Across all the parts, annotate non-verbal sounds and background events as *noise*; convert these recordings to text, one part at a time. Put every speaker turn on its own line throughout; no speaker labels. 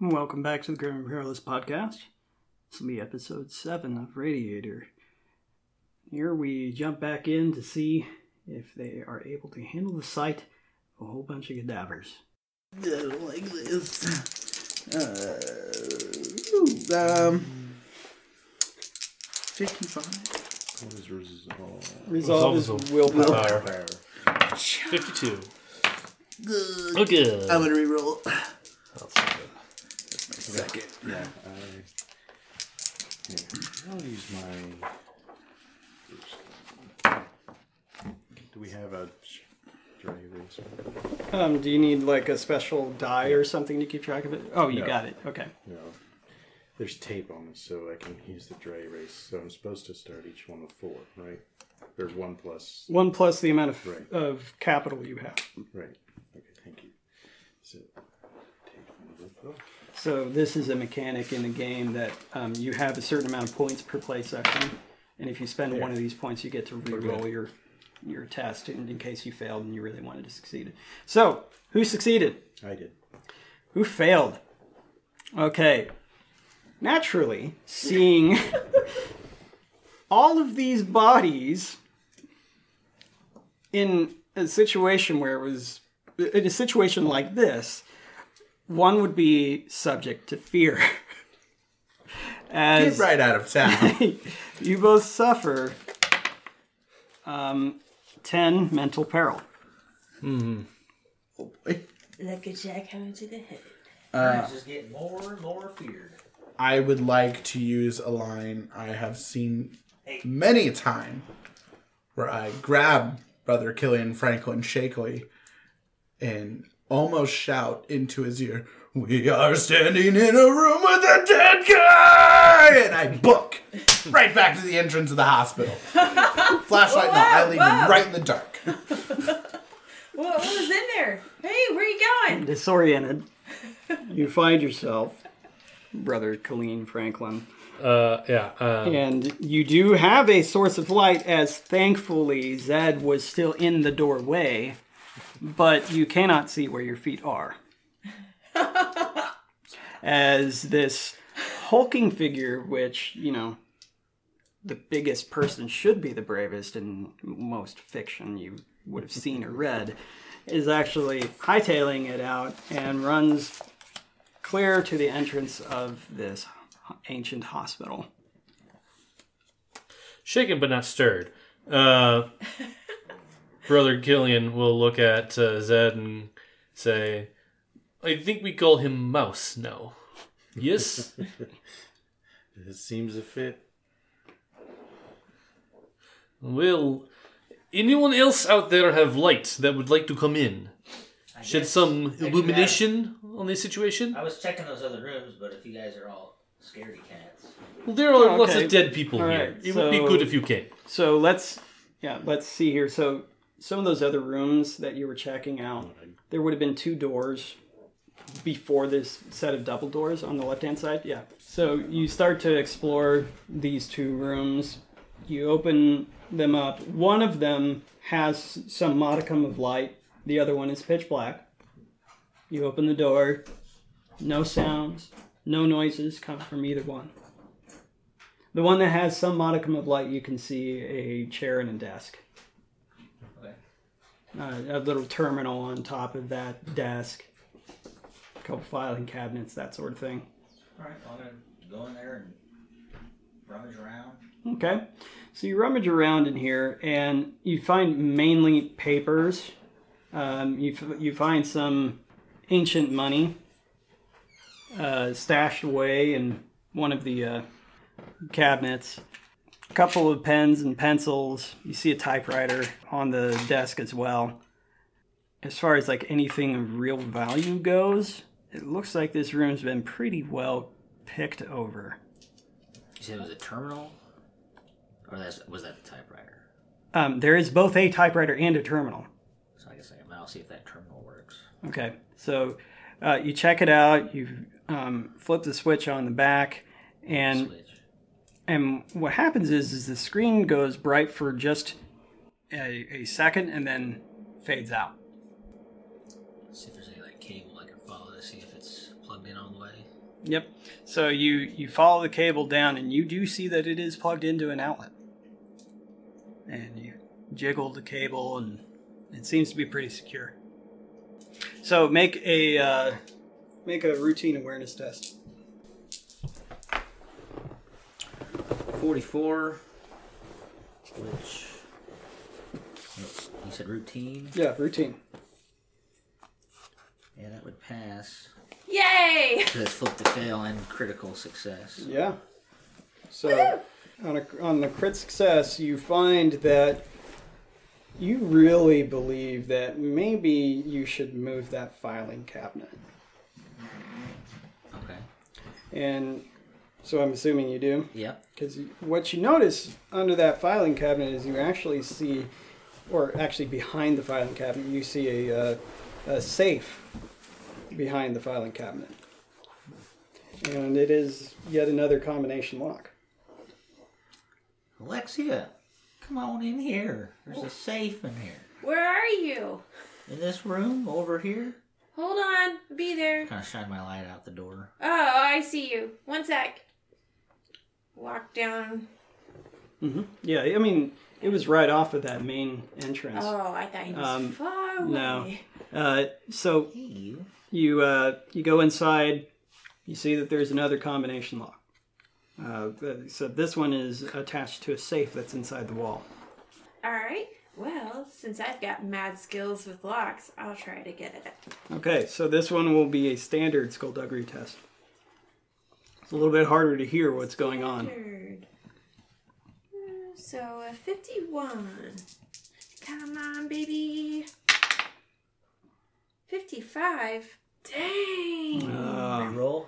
Welcome back to the Grim Imperialist podcast. This will be episode 7 of Radiator. Here we jump back in to see if they are able to handle the sight of a whole bunch of cadavers.
like this. Uh, um, 55.
What is Oh, resolve?
Resolve is willpower.
Willpower.
52.
Good.
Look good.
Um,
I'm gonna reroll.
Yeah, I. Yeah, I'll use my. Do we have a journey race?
Um, do you need like a special die or something to keep track of it? Oh, you
No.
got it. Okay.
No. There's tape on it, so I can use the dry erase. So I'm supposed to start each one with four, right? Or one plus.
One plus the amount of,
Right.
of capital you have.
Right. Okay, thank you. So, take one of those off.
So this is a mechanic in the game that um, you have a certain amount of points per play session, and if you spend one of these points, you get to re-roll your your test in, in case you failed and you really wanted to succeed. So who succeeded?
Oh, I did.
Who failed? Okay. Naturally, seeing all of these bodies in a situation where it was in a situation like this, one would be subject to fear. *laughs* As
Get right out of town.
*laughs* you both suffer um, 10 mental peril.
oh boy.
Like a jackhammer to the head.
just getting more and more feared.
I would like to use a line I have seen many a time where I grab Brother Killian Franklin shakily and almost shout into his ear, We are standing in a room with a dead guy! And I book right back to the entrance of the hospital. Flashlight, no, I leave him
Whoa.
right in the dark.
What, what was in there? Hey, where you going?
Disoriented, *laughs* you find yourself, Brother Colleen Franklin,
Uh, yeah. Uh,
And you do have a source of light, as thankfully Zed was still in the doorway, but you cannot see where your feet are. as this hulking figure, which, you know, the biggest person should be the bravest in most fiction you would have seen or read, is actually hightailing it out and runs clear to the entrance of this ancient hospital.
Shaken but not stirred.
*laughs*
Uh, Brother Gillian will look at uh, Zed and say, I think we call him Mouse now. Yes?
*laughs* It seems a fit.
well, anyone else out there have lights that would like to come in?
I
Shed
guess
some
I can
illumination on this
Uh,
situation?
imagine- I was checking those other rooms, but if you guys are all scaredy cats,
Well, there are
Oh,
lots
okay.
of dead people
All
here.
right,
It would be
so-
good if you came.
So let's yeah, let's see here. So some of those other rooms that you were checking out, there would have been two doors before this set of double doors on the left-hand side. Yeah. So you start to explore these two rooms. You open them up. One of them has some modicum of light. The other one is pitch black. You open the door. No sounds, no noises come from either one. The one that has some modicum of light, you can see a chair and a desk.
Okay.
Uh, a little terminal on top of that desk. A couple filing cabinets, that sort of thing.
all right, well, I'm gonna go in there and rummage around.
Okay. So you rummage around in here and you find mainly papers. Um, you, f- you find some ancient money uh, stashed away in one of the uh, cabinets. A couple of pens and pencils. You see a typewriter on the desk as well. As far as like anything of real value goes, it looks like this room's been pretty well picked over.
You said it was a terminal, or that's was that the typewriter?
Um, there is both a typewriter and a terminal.
So I guess I, I'll see if that terminal works.
Okay, so uh, you check it out. You um, flip the switch on the back, and
Switch.
and what happens is is the screen goes bright for just a, a second and then fades out.
See if there's any like cable I can follow to see if it's plugged plugged in all the way.
Yep. So you you follow the cable down, and you do see that it is plugged into an outlet. And you jiggle the cable, and it seems to be pretty secure. So make a uh, make a routine awareness test.
44, which. You said routine?
Yeah, routine.
Yeah, that would pass.
Yay!
Because flip to fail and critical success.
Yeah. So on a on the crit success, you find that you really believe that maybe you should move that filing cabinet.
Okay.
And so I'm assuming you do.
Yep.
Because what you notice under that filing cabinet is you actually see, or actually behind the filing cabinet, you see a, uh, a safe behind the filing cabinet. And it is yet another combination lock.
Alexia, come on in here. There's a safe in here.
Where are you?
In this room over here?
Hold on. Be there.
Kind of shine my light out the door.
Oh, I see you. One sec. Walk down.
Yeah, I mean, it was right off of that main entrance.
Oh, I thought you was
Um,
far away.
no. Uh, so
Hey, you.
you uh, you go inside, you see that there's another combination lock. Uh, so this one is attached to a safe that's inside the wall.
All right. Well, since I've got mad skills with locks, I'll try to get it.
Okay, so this one will be a standard skullduggery test. It's a little bit harder to hear what's going on.
Third. Uh, So a 51. Come on, baby. 55. Dang.
Uh,
Reroll?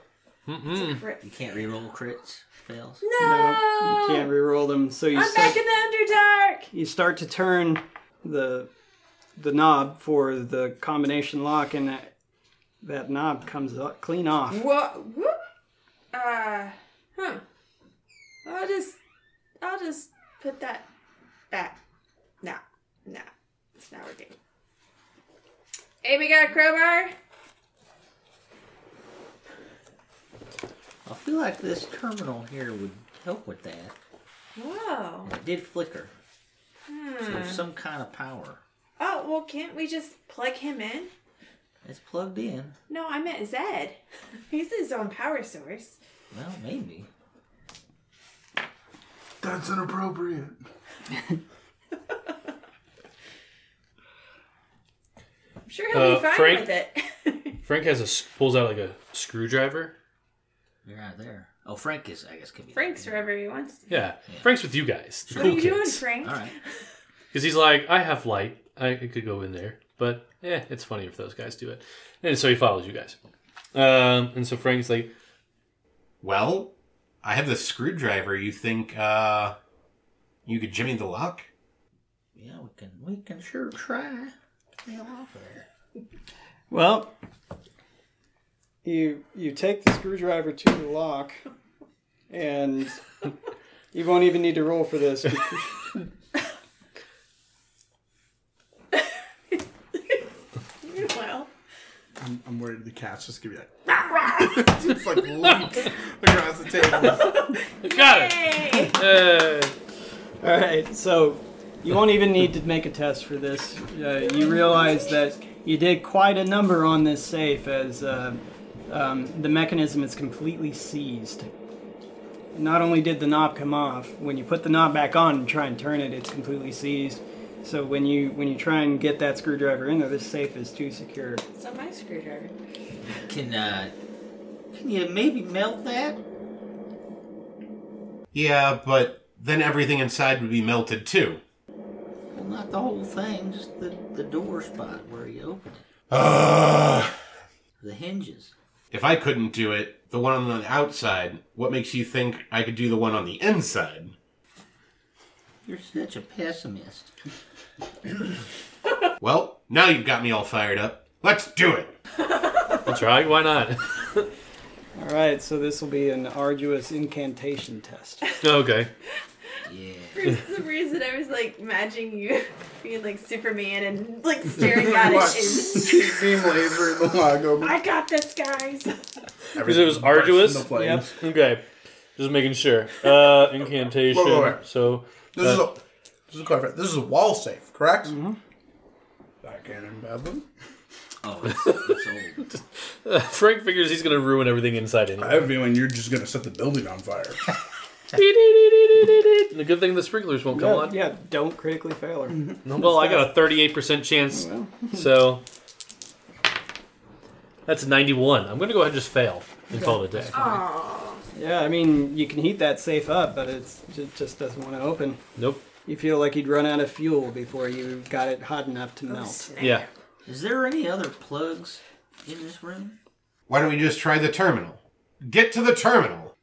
Mm-mm.
Crit.
You can't reroll crits, fails.
you
No.
can't reroll them, so you
I'm back
start,
in the Underdark.
you start to turn the the knob for the combination lock, and that that knob comes up, clean off.
What? Whoop. Uh. Huh. I'll just. I'll just put that back. No. No. It's not working. Amy got a crowbar.
I feel like this terminal here would help with that.
Whoa.
It did flicker. So
Hmm.
there's some kind of power.
Oh well, can't we just plug him in?
It's plugged in.
No, I meant Zed. *laughs* He's his own power source.
Well, maybe.
That's inappropriate.
I'm sure he'll
Uh,
be fine
Frank?
with it. *laughs*
Frank has a s- pulls out like a screwdriver.
You're out there. Oh, Frank is, I guess, could be.
Frank's wherever he wants. to.
Yeah, Frank's with you guys. The
What
cool
are you doing,
kids.
Frank?
All right.
Because he's like, I have light. I I could go in there, but yeah, it's funny if those guys do it. And so he follows you guys. Um, and so Frank's like,
Well, I have the screwdriver. You think uh, you could jimmy the lock?
Yeah, we can. We can sure try. Get the hell off of there.
Well, you you take the screwdriver to the lock, and you won't even need to roll for this.
*laughs* Well,
I'm, I'm worried the cat's just gonna be like, *laughs* just like leaps across the table.
Got it.
hey.
Uh,
All right, so you won't even need to make a test for this. Uh, you realize that you did quite a number on this safe, as uh, um, the mechanism is completely seized. Not only did the knob come off, when you put the knob back on and try and turn it, it's completely seized. So when you when you try and get that screwdriver in there, this safe is too secure.
So my screwdriver.
Can uh, can you maybe melt that?
Yeah, but then everything inside would be melted too.
Well, not the whole thing, just the the door spot where you open it,
Ugh.
the hinges.
If I couldn't do it, the one on the outside, what makes you think I could do the one on the inside?
You're such a pessimist.
Well, now you've got me all fired up. Let's do it.
I'll try. Why not? *laughs*
All right, so this will be an arduous incantation test.
okay.
Yeah.
For some reason, I was like imagining you *laughs* being like Superman and like staring at
Watch.
it.
Shoot beam laser in the log
And,
over.
I got this, guys.
Because it was arduous.
bursts into flames.
Yep.
Okay. Just making sure. Uh, incantation.
Wait, wait, wait.
So *laughs*
This is a this is clarify. This is a wall safe, correct? I can't fathom.
*laughs* Oh, it's, it's old.
Frank figures he's gonna ruin everything inside
*laughs* I have a feeling you're just gonna set the building on fire.
it. The good thing the sprinklers won't come
Yeah,
on.
yeah, don't critically fail her.
Well, I got a 38% chance,
Well.
so that's a 91. I'm gonna go ahead and just fail and call it a day.
Aww.
Yeah, I mean, you can heat that safe up, but it's, it just doesn't want to open.
Nope.
You feel like you'd run out of fuel before you got it hot enough to melt.
Yeah.
Is there any other plugs in this room?
Why don't we just try the terminal? Get to the terminal.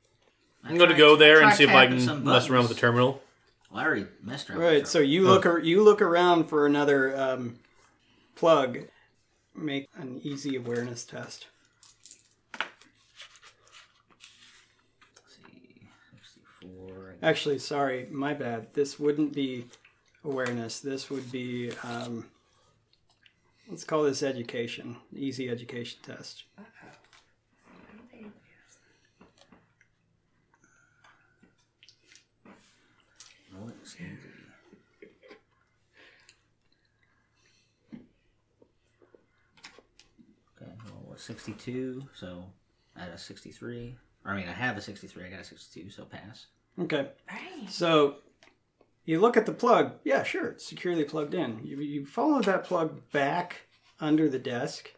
I'm gonna go there and
Try
see if I
tapping
can
some
mess around with the
buttons.
terminal.
Larry messed around.
All right, so you look ar- you look around for another um, plug. Make an easy awareness test.
Four.
Actually, sorry, my bad. This wouldn't be awareness. This would be um, let's call this education, easy education test.
Well, it seems to be- Okay, well, what, 62, so I had a 63. Or, I mean, I have a 63, I got a 62, so pass.
Okay,
Right.
so you look at the plug. Yeah, sure, it's securely plugged in. You, you follow that plug back under the desk,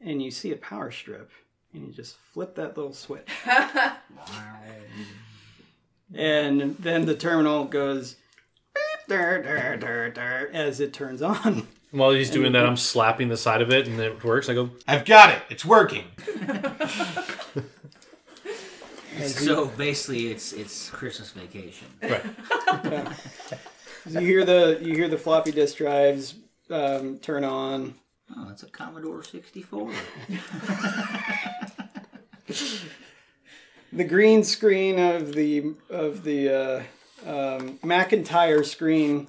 and you see a power strip, and you just flip that little switch. and then the terminal goes beep, der, der, der, der, as it turns on. *laughs*
While he's doing that, I'm slapping the side of it and it works. I go,
I've got it. It's working.
*laughs* So basically, it's it's Christmas vacation.
You hear the you hear the floppy disk drives um, turn on.
Oh, it's a Commodore 64.
The green screen of the of the uh, um, McIntyre screen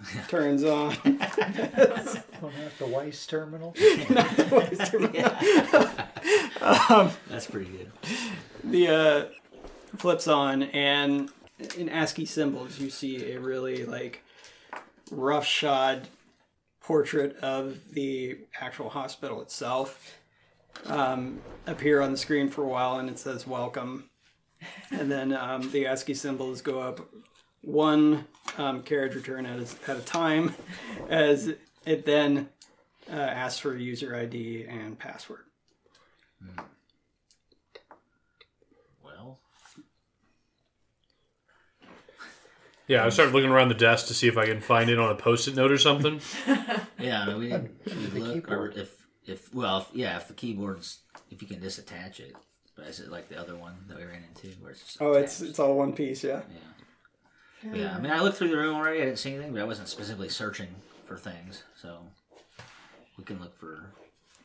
*laughs*
turns on.
Don't have to Weiss
*laughs*
terminal.
That's pretty good.
the uh, flips on, and in ASCII symbols, you see a really like roughshod portrait of the actual hospital itself um, appear on the screen for a while, and it says "Welcome," and then um, the ASCII symbols go up one um, carriage return at a, at a time, as it then uh, asks for user ID and password.
Well,
yeah, I start looking around the desk to see if I can find it on a post it note or something.
*laughs* yeah, I mean, we
*laughs*
didn't we look, or if, if, well, if, yeah, if the keyboard's, if you can disattach it. But is it like the other one that we ran into? Where it's just
Oh, it's
attached?
it's all one piece, yeah.
Yeah, I mean, I looked through the room already. I didn't see anything, but I wasn't specifically searching for things, so we can look for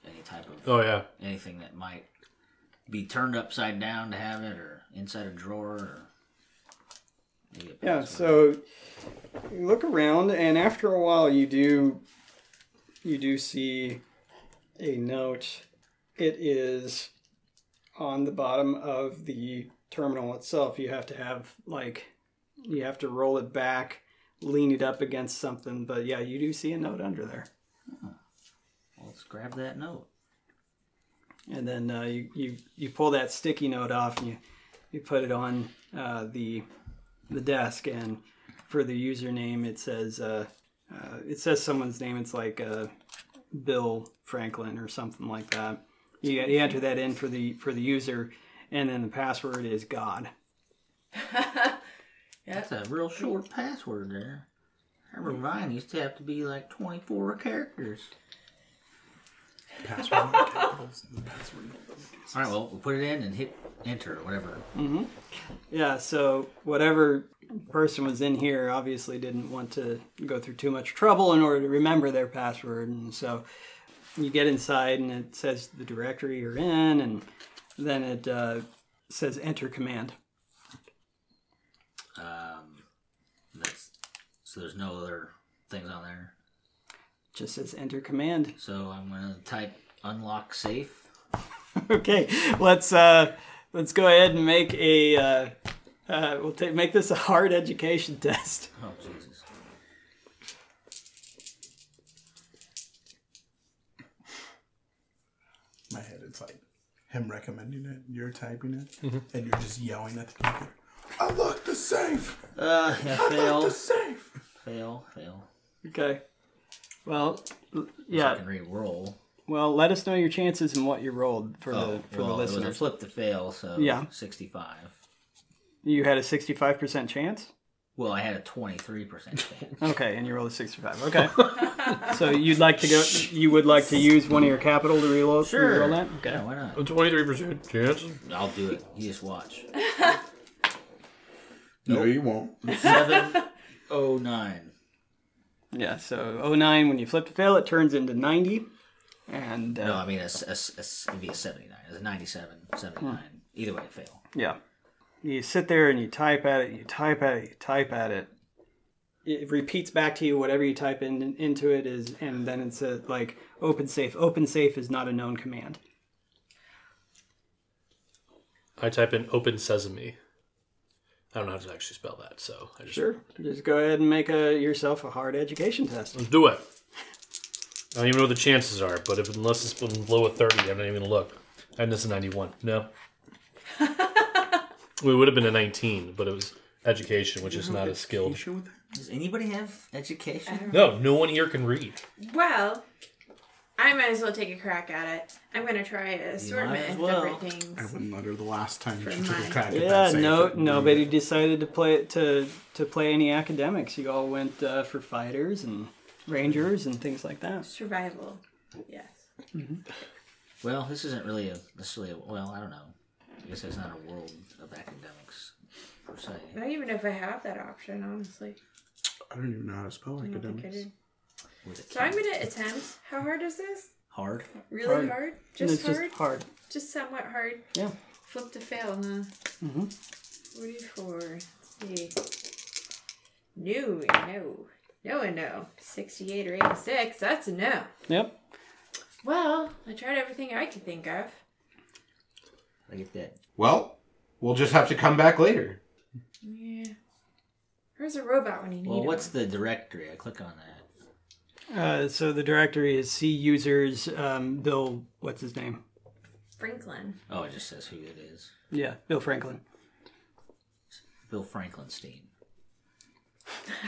any type of
Oh, yeah.
anything that might be turned upside down to have it, or inside a drawer, or maybe a
Yeah,
password.
so you look around and after a while you do you do see a note. It is on the bottom of the terminal itself. You have to have like you have to roll it back, lean it up against something, but yeah, you do see a note under there.
Well, let's grab that note.
And then uh, you, you you pull that sticky note off and you you put it on uh, the the desk and for the username it says uh, uh, it says someone's name it's like uh, Bill Franklin or something like that. You, you enter that in for the for the user and then the password is God.
That's a real short password there. I remember mine used to have to be like twenty-four characters.
Password. capitals, the password.
All right, well, we'll put it in and hit enter or whatever.
Yeah, so whatever person was in here obviously didn't want to go through too much trouble in order to remember their password. And so you get inside and it says the directory you're in, and then it uh, says enter command.
Um, So there's no other things on there.
Just says enter command. *laughs*
So I'm gonna type unlock safe.
Okay, let's uh, let's go ahead and make a uh, uh, we'll ta- make this a hard education *laughs* test.
Oh Jesus.
*laughs* my head, it's like him recommending it, you're typing it, and you're just yelling at the computer. I locked the safe.
Uh, yeah,
*laughs*
I locked
fail,
the safe.
fail, fail.
Okay. Well, l- yeah.
I can re-roll.
Well, let us know your chances and what you rolled for
Oh,
the for
well,
the
it was a
listeners.
flip to fail, so
Yeah.
65.
You had a sixty-five percent chance.
Well, I had a
*laughs*
23% chance.
Okay, and you rolled a sixty-five. Okay. so you'd like to go? You would like to use one of your capital to reroll?
Sure.
Reroll that. Okay.
yeah, why not?
A 23% chance.
I'll do it. You just watch.
*laughs*
No, you won't.
709.
Yeah, so 09, when you flip to fail, it turns into 90. And, uh,
No, I mean, it's, it's, it's, it'd be a 79. It's a 97, 79. Either way, fail.
yeah. You sit there and you type at it, you type at it, you type at it. It repeats back to you whatever you type in, into it is, and then it's a, like, open safe. Open safe is not a known command.
I type in open sesame. I don't know how to actually spell that, so I just
Sure. Just go ahead and make a, yourself a hard education test.
Let's do it. I don't even know what the chances are, but if unless it's below a thirty, I'm not even gonna look. And this is ninety-one. No, we would have been a nineteen, but it was education, which is not as skilled.
Does anybody have education?
No, no one here can read.
Well, I might as well take a crack at it. I'm gonna try an assortment
as
of
well.
different things.
I wouldn't let her the last time she
From
took a
mine.
crack at that
Yeah,
safe. Mm.
no, nobody decided to play to to play any academics. You all went uh, for fighters and rangers and things like that.
Survival. Yes.
Well, this isn't really a necessarily a, well, I don't know. I guess it's not a world of academics, per se.
I don't even know if I have that option, honestly.
I don't even know how to spell
I don't think I
academics.
do.
With a
So I'm gonna attempt. How hard is this?
hard.
Really hard?
Hard. And
Just
it's
hard?
just hard.
Just somewhat hard.
Yeah.
Flip to fail, huh?
Mhm.
44. Let's see. No, no. No and no. 68 or 86. That's a no.
Yep.
Well, I tried everything I could think of.
I get that.
Well, we'll just have to come back later.
Yeah. Where's a robot when you need
Well,
one?
what's the directory? I click on that.
Uh, so the directory is C users um, Bill. What's his name?
Franklin.
Oh, it just says who it is.
Yeah, Bill Franklin.
Bill Franklinstein.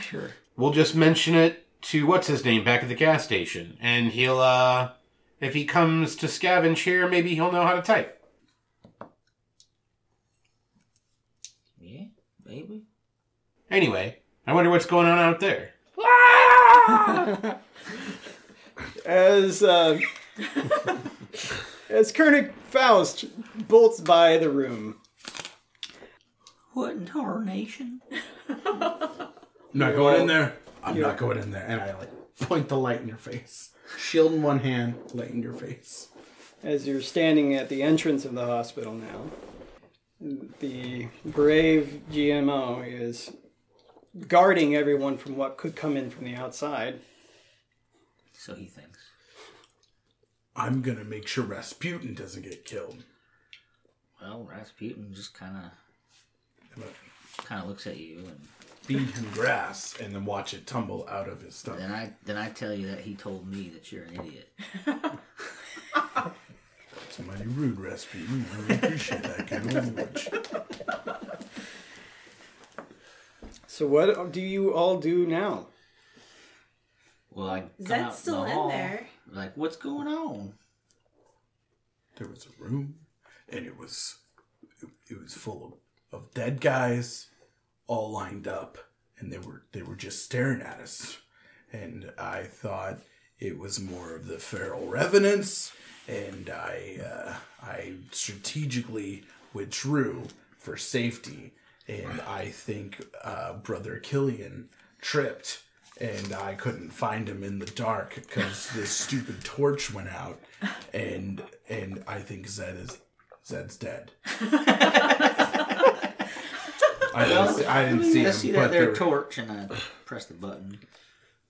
Sure.
We'll just mention it to what's his name back at the gas station, and he'll uh, if he comes to scavenge here, maybe he'll know how to type.
Yeah, maybe.
Anyway, I wonder what's going on out there.
As
*laughs*
uh, as Koenig Faust bolts by the room.
What in tarnation?
I'm not going in there. I'm not going in there. And I like point the light in your face. Shield in one hand, light in your face.
As you're standing at the entrance of the hospital now, the brave GMO is guarding everyone from what could come in from the outside.
So he thinks.
I'm gonna make sure Rasputin doesn't get killed.
Well, Rasputin just kind of
I'm gonna
kind of looks at you, and
feed him grass and then watch it tumble out of his
then
stomach.
I then I tell you that he told me that you're an idiot.
It's mighty rude, Rasputin. I really appreciate that kind of language.
So what do you all do now?
Well, I come out in
Zed's still
the
in
hall,
there.
Like, what's going on?
There was a room, and it was it, it was full of, of dead guys, all lined up, and they were they were just staring at us. And I thought it was more of the feral revenants, and I uh, I strategically withdrew for safety, and I think uh, Brother Killian tripped. And I couldn't find him in the dark because this stupid torch went out, and and I think Zed is Zed's dead. I didn't see, I didn't see
I
them,
see
but
that
they
there
were-
torch, and I press the button,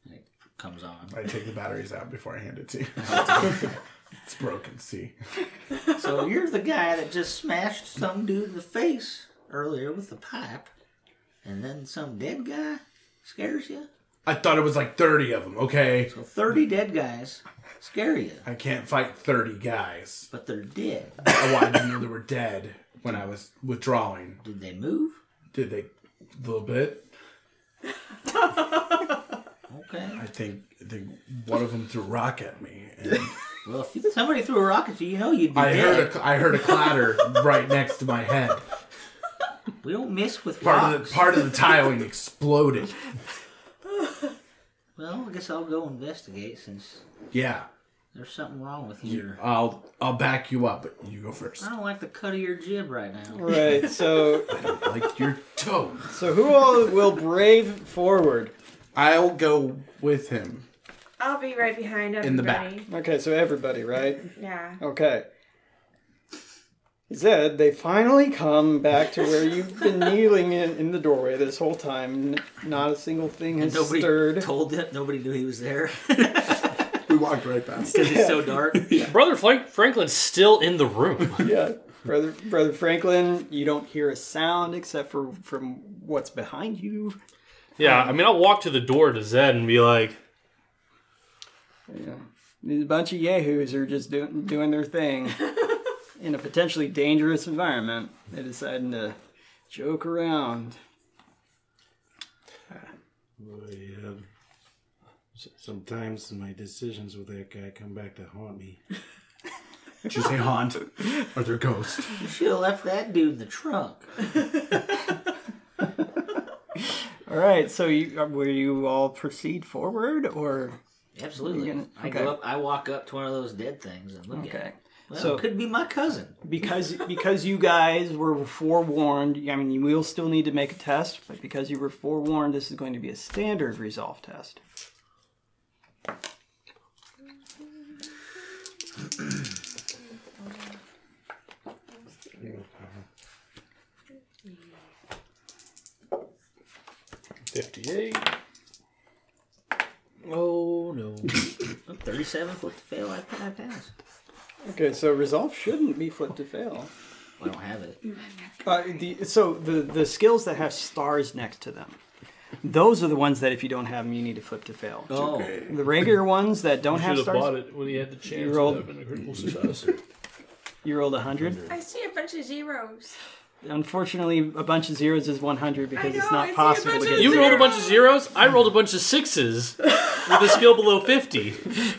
and it comes on.
I take the batteries out before I hand it to you. *laughs* it's broken. See,
So you're the guy that just smashed some dude in the face earlier with the pipe, and then some dead guy scares you.
I thought it was like thirty of them. Okay,
So thirty dead guys scare you,
I can't fight thirty guys.
but they're dead.
Oh, I didn't know they were dead when I was withdrawing.
Did they move?
Did they? A little bit.
Okay.
I think. I think one of them threw a rock at me. And
Well, if somebody threw a rocket at you, you know you'd
*laughs*
be
I
dead.
heard a, I heard a clatter right next to my head.
We don't miss with
Part of
rocks.
the part of the tiling exploded.
Well, I guess I'll go investigate since
Yeah,
there's something wrong with you.
I'll I'll back you up, but you go first.
I don't like the cut of your jib right now.
Right. So
Like your toe.
so who all will brave forward?
I'll go with him.
I'll be right behind everybody.
In the back.
Okay, so everybody, right?
Yeah.
Okay. Zed, they finally come back to where you've been kneeling in, in the doorway this whole time. N- Not a single thing has
Nobody
stirred.
told him. Nobody knew he was there
*laughs* We walked right past.
because it's
*laughs*
so dark.
Brother Frank- Franklin's still in the room.
yeah. Brother, Brother Franklin, you don't hear a sound except for from what's behind you.
*laughs* Yeah, I mean, I'll walk to the door to Zed and be like,
Yeah. These bunch of yahoos are just doing doing their *laughs* thing in a potentially dangerous environment. They're deciding to joke around.
Yeah. um, S- Sometimes my decisions with that guy come back to haunt me.
Did you say haunt? Or their ghost?
*laughs*
You should have left that dude in the trunk.
All right, so you, uh, will you all proceed forward, or
Absolutely.
You're gonna-
I
okay.
go up. I walk up to one of those dead things and look at.
okay?
it. Well,
So-
it could be my cousin.
because because you guys were forewarned. I mean, you will still need to make a test, but because you were forewarned, this is going to be a standard resolve test.
"Fifty-eight." Oh no!
Thirty-seven foot to fail. I I pass.
Okay, so resolve shouldn't be flip to fail.
I don't have it.
Uh, the, so the the skills that have stars next to them, those are the ones that if you don't have them, you need to flip to fail.
Oh,
The regular ones that don't
Should
have
have bought
stars,
it when he had the chance.
You
It
rolled- *laughs*
would've been a critical success.
you rolled hundred.
I see a bunch of zeros.
Unfortunately, a bunch of zeros is one hundred because it's
know, I
not
see a
possible to
bunch
get.
of
You rolled a bunch of zeros. I rolled a bunch of sixes with a skill below fifty.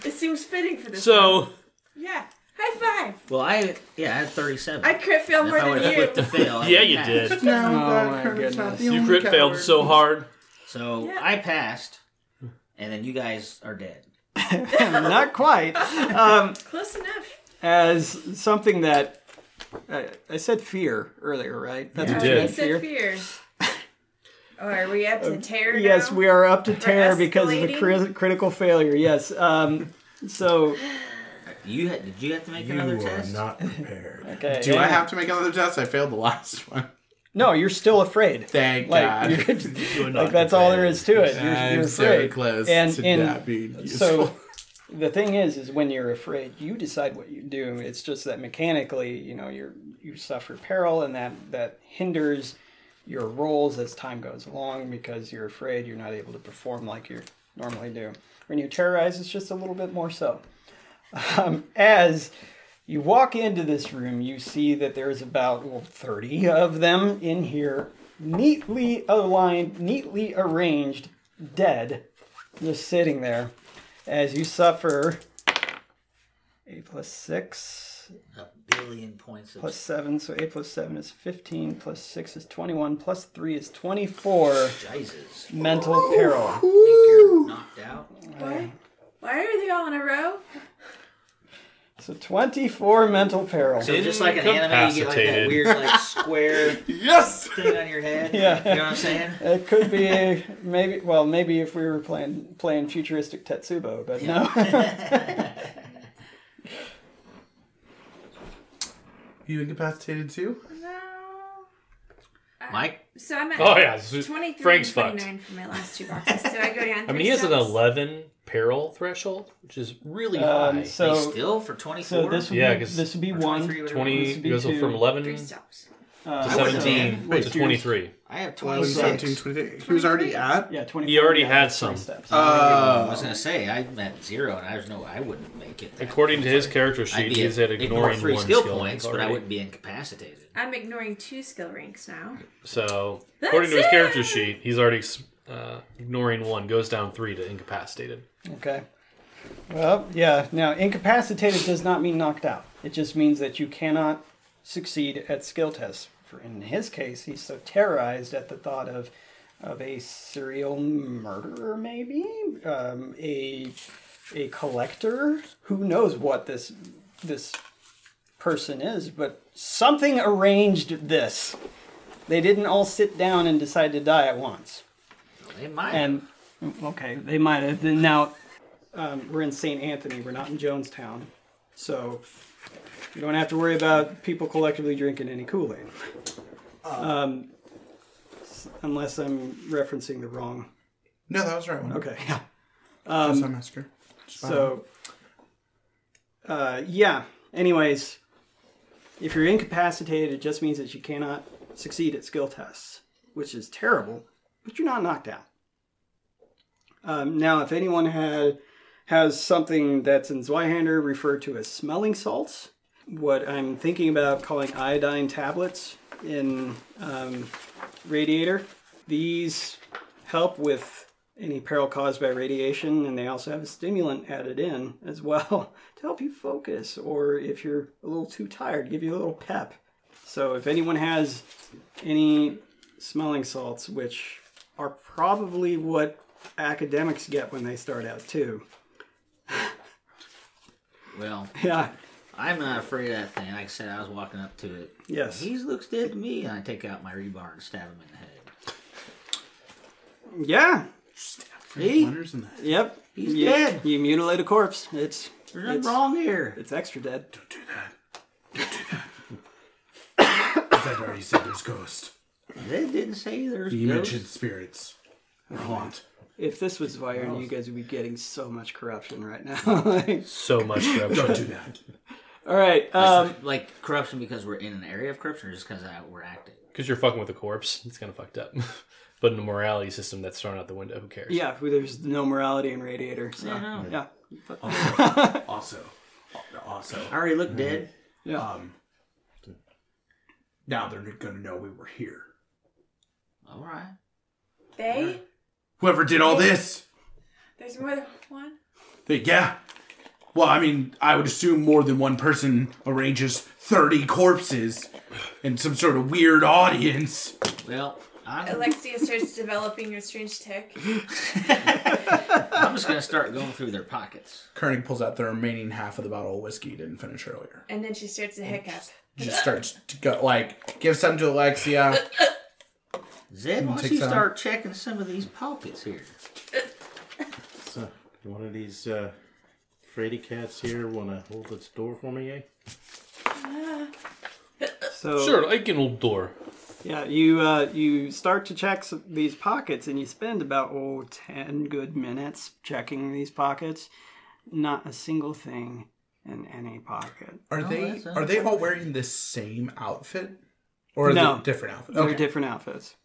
It seems fitting for this.
So
one. yeah. High five.
well, I yeah, I had thirty-seven.
I could feel
if
more
I would
than
have
you.
flipped to fail. I
yeah,
would've
you
passed.
did.
No,
that Oh my Kermit's not goodness. the
You crit failed so hard.
So
Yeah.
I passed, and then you guys are dead.
not quite.
Close enough.
as something that I, I said fear earlier, right? That's
You did.
You said fear. Oh, are we up to terror now?
Yes, we are up to terror because of the
escalating.
cri- critical failure. Yes. Um, so
You had, did you have to make
You
another
are
test?
not prepared.
okay,
Do I
and-
have to make another test? I failed the last one.
eh, No, you're still afraid.
*laughs* Thank
Like,
God.
you're, *laughs*
*laughs*
like that's all there is to it. You're,
I'm
you're
so
afraid.
close
And-
to
and
not being useful.
So the thing is, is when you're afraid, you decide what you do. It's just that mechanically, you know, you're you suffer peril, and that that hinders your roles as time goes along because you're afraid. You're not able to perform like you normally do. When you terrorize, it's just a little bit more so. Um, as you walk into this room, you see that there's about well, 30 of them in here, neatly aligned, neatly arranged, dead, just sitting there as you suffer 8 plus 6
A billion points of
plus 7 so 8 plus 7 is 15 plus 6 is 21 plus 3 is 24
Jesus. I think
mental peril
you're knocked out.
Why? Why are they all in a row?
so 24 mental peril
So just like an anime, you get like that
Incapacitated.
weird like square
*laughs*
*laughs*
yes.
thing on your head.
Yeah.
You know what I'm saying?
it could be maybe well maybe if we were playing playing futuristic tetsubo but
*laughs*
no
You incapacitated too?
No.
Mike?
So I'm at
Oh, yeah, z-
23
Frank's
and 29 for my last two boxes. So I go down.
*laughs* I mean,
three
he has an
steps.
11 peril threshold, which is really
Uh,
high.
Um,
They
so
still for 24?
so this would
Yeah,
be
'cause
this would be
Or
one.
23, whatever it
20
this would be
goes
two.
from 11
Three
to
stops.
Uh,
I would've
17
been-
to 23.
I have
Oh,
11,
26.
17, 28. He was already at?
yeah, twenty.
He already had some.
Steps.
Oh, I was
Uh,
going to say, I'm at zero, and I was no, I wouldn't make it. That.
According to his character
I'd
sheet,
be
he's at
ignore
ignoring
three
one
skill
skill
points, but I
already.
wouldn't be incapacitated.
I'm ignoring two skill ranks now.
So,
That's
according to his
it!
character sheet, he's already uh, ignoring one, goes down three to incapacitated.
Okay. Well, yeah. Now, incapacitated does not mean knocked out. It just means that you cannot succeed at skill tests. For in his case, he's so terrorized at the thought of of a serial murderer, maybe um, a a collector. Who knows what this this person is? But something arranged this. They didn't all sit down and decide to die at once.
They might.
And okay, they might have. Then now um, we're in St. Anthony. We're not in Jonestown, so you don't have to worry about people collectively drinking any Kool Aid, um, s- unless I'm referencing the wrong.
no, that was the right one.
Okay, yeah.
That's not massacre.
So, uh, yeah. Anyways, if you're incapacitated, it just means that you cannot succeed at skill tests, which is terrible. But you're not knocked out. Um, now, if anyone had has something that's in Zweihander referred to as smelling salts, what I'm thinking about calling iodine tablets in um, Radiator, these help with any peril caused by radiation, and they also have a stimulant added in as well *laughs* to help you focus, or if you're a little too tired, give you a little pep. So, if anyone has any smelling salts, which are probably what academics get when they start out, too. *laughs*
well,
Yeah,
I'm not afraid of that thing. Like I said, I was walking up to it.
yes.
He looks dead to me, and I take out my rebar and stab him in the head.
Yeah,
See?
Wonders in that.
yep.
He's
You-
dead.
You mutilate a corpse. It's
There's nothing
it's,
wrong here.
It's extra dead.
*coughs* I already said there's ghosts.
They didn't say there's
You
ghosts.
mentioned spirits. Haunt.
If this was Viren, you guys would be getting so much corruption right now. *laughs*
So much
Don't
*laughs*
corruption.
do that.
All right. Um,
like corruption because we're in an area of corruption, or just because we're active.
Because you're fucking with a corpse. It's kind of fucked up. *laughs* but in a morality system, that's thrown out the window. Who cares?
yeah, well, there's no morality in Radiator. So,
I know.
yeah.
Also, also,
I already look dead.
um, now they're gonna know we were here.
All right.
They?
Whoever did all this,
There's more than one?
they, yeah. Well, I mean, I would assume more than one person arranges thirty corpses in some sort of weird audience.
Well, I'm,
Alexia starts developing your strange tech.
I'm just gonna start going through their pockets.
Koenig pulls out the remaining half of the bottle of whiskey he didn't finish earlier.
And then she starts to hiccup.
Just starts to go like give some to
*laughs*
Alexia.
Zed, why don't
take
you
some.
start checking some of these pockets here?
So, one of these uh, Freddy cats here want to hold its door for me, eh?
*laughs* So
Sure, I can hold door.
yeah, you uh, you start to check some, these pockets, and you spend about oh ten good minutes checking these pockets. Not a single thing in any pocket.
Oh,
Are they
that's-
are they all wearing the same outfit? Or are
No.
they different outfits?
They're
Okay.
different outfits.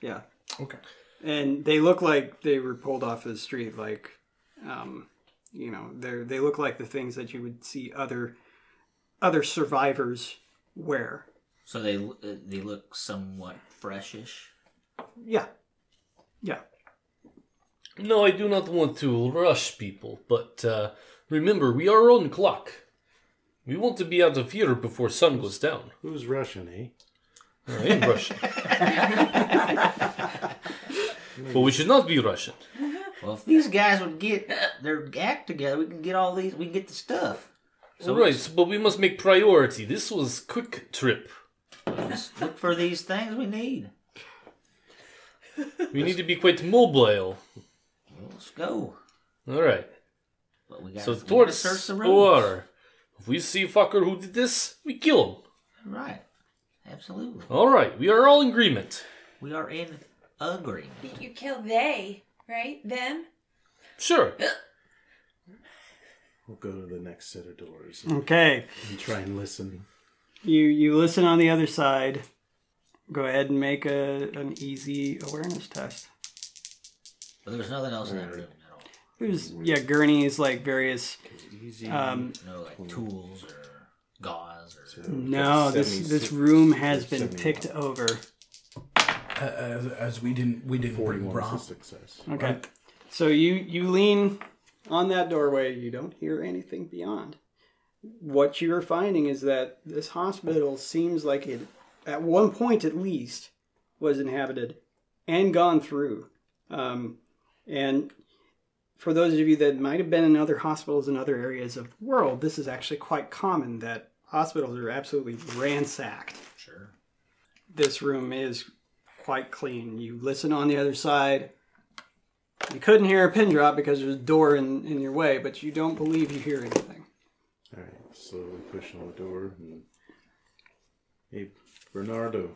Yeah,
okay.
and they look like they were pulled off the street. Like, um, you know, they are they look like the things that you would see other other survivors wear.
So they uh, they look somewhat freshish.
Yeah, yeah.
No, I do not want to rush people, but uh, remember, we are on clock. We want to be out of here before sun goes down.
Who's Russian, eh?
I am Russian. *laughs* but we should not be Russian.
Well, if these guys would get their act together, we can get all these. We can get the stuff. So
right, but we must make priority. This was quick trip.
Just look for these things we need.
We need to be quite mobile.
Let's go.
All right.
But we got
So
we gotta
towards
search the
the
room.
If we see fucker who did this, we kill him.
Right. Absolutely.
All right, we are all in agreement.
We are in agreement.
You kill they, right? Them?
Sure.
We'll go to the next set of doors
Okay.
and try and listen.
You you listen on the other side. Go ahead and make a an easy awareness test.
But there was nothing else in that room at all.
There's yeah gurneys like various. Um,
No like tools or gauze or
no, this this room has been picked over.
Uh, as, as we didn't we didn't bring
Forty-one
Rob.
is a success.
Okay. So you you lean on that doorway. You don't hear anything beyond. What you're finding is that this hospital seems like it, at one point at least, was inhabited and gone through. Um, and for those of you that might have been in other hospitals in other areas of the world, this is actually quite common that hospitals are absolutely ransacked
sure.
this room is quite clean. You listen on the other side. You couldn't hear a pin drop because there's a door in, in your way, but you don't believe you hear anything.
All right, slowly push on the door. And... Hey, Bernardo,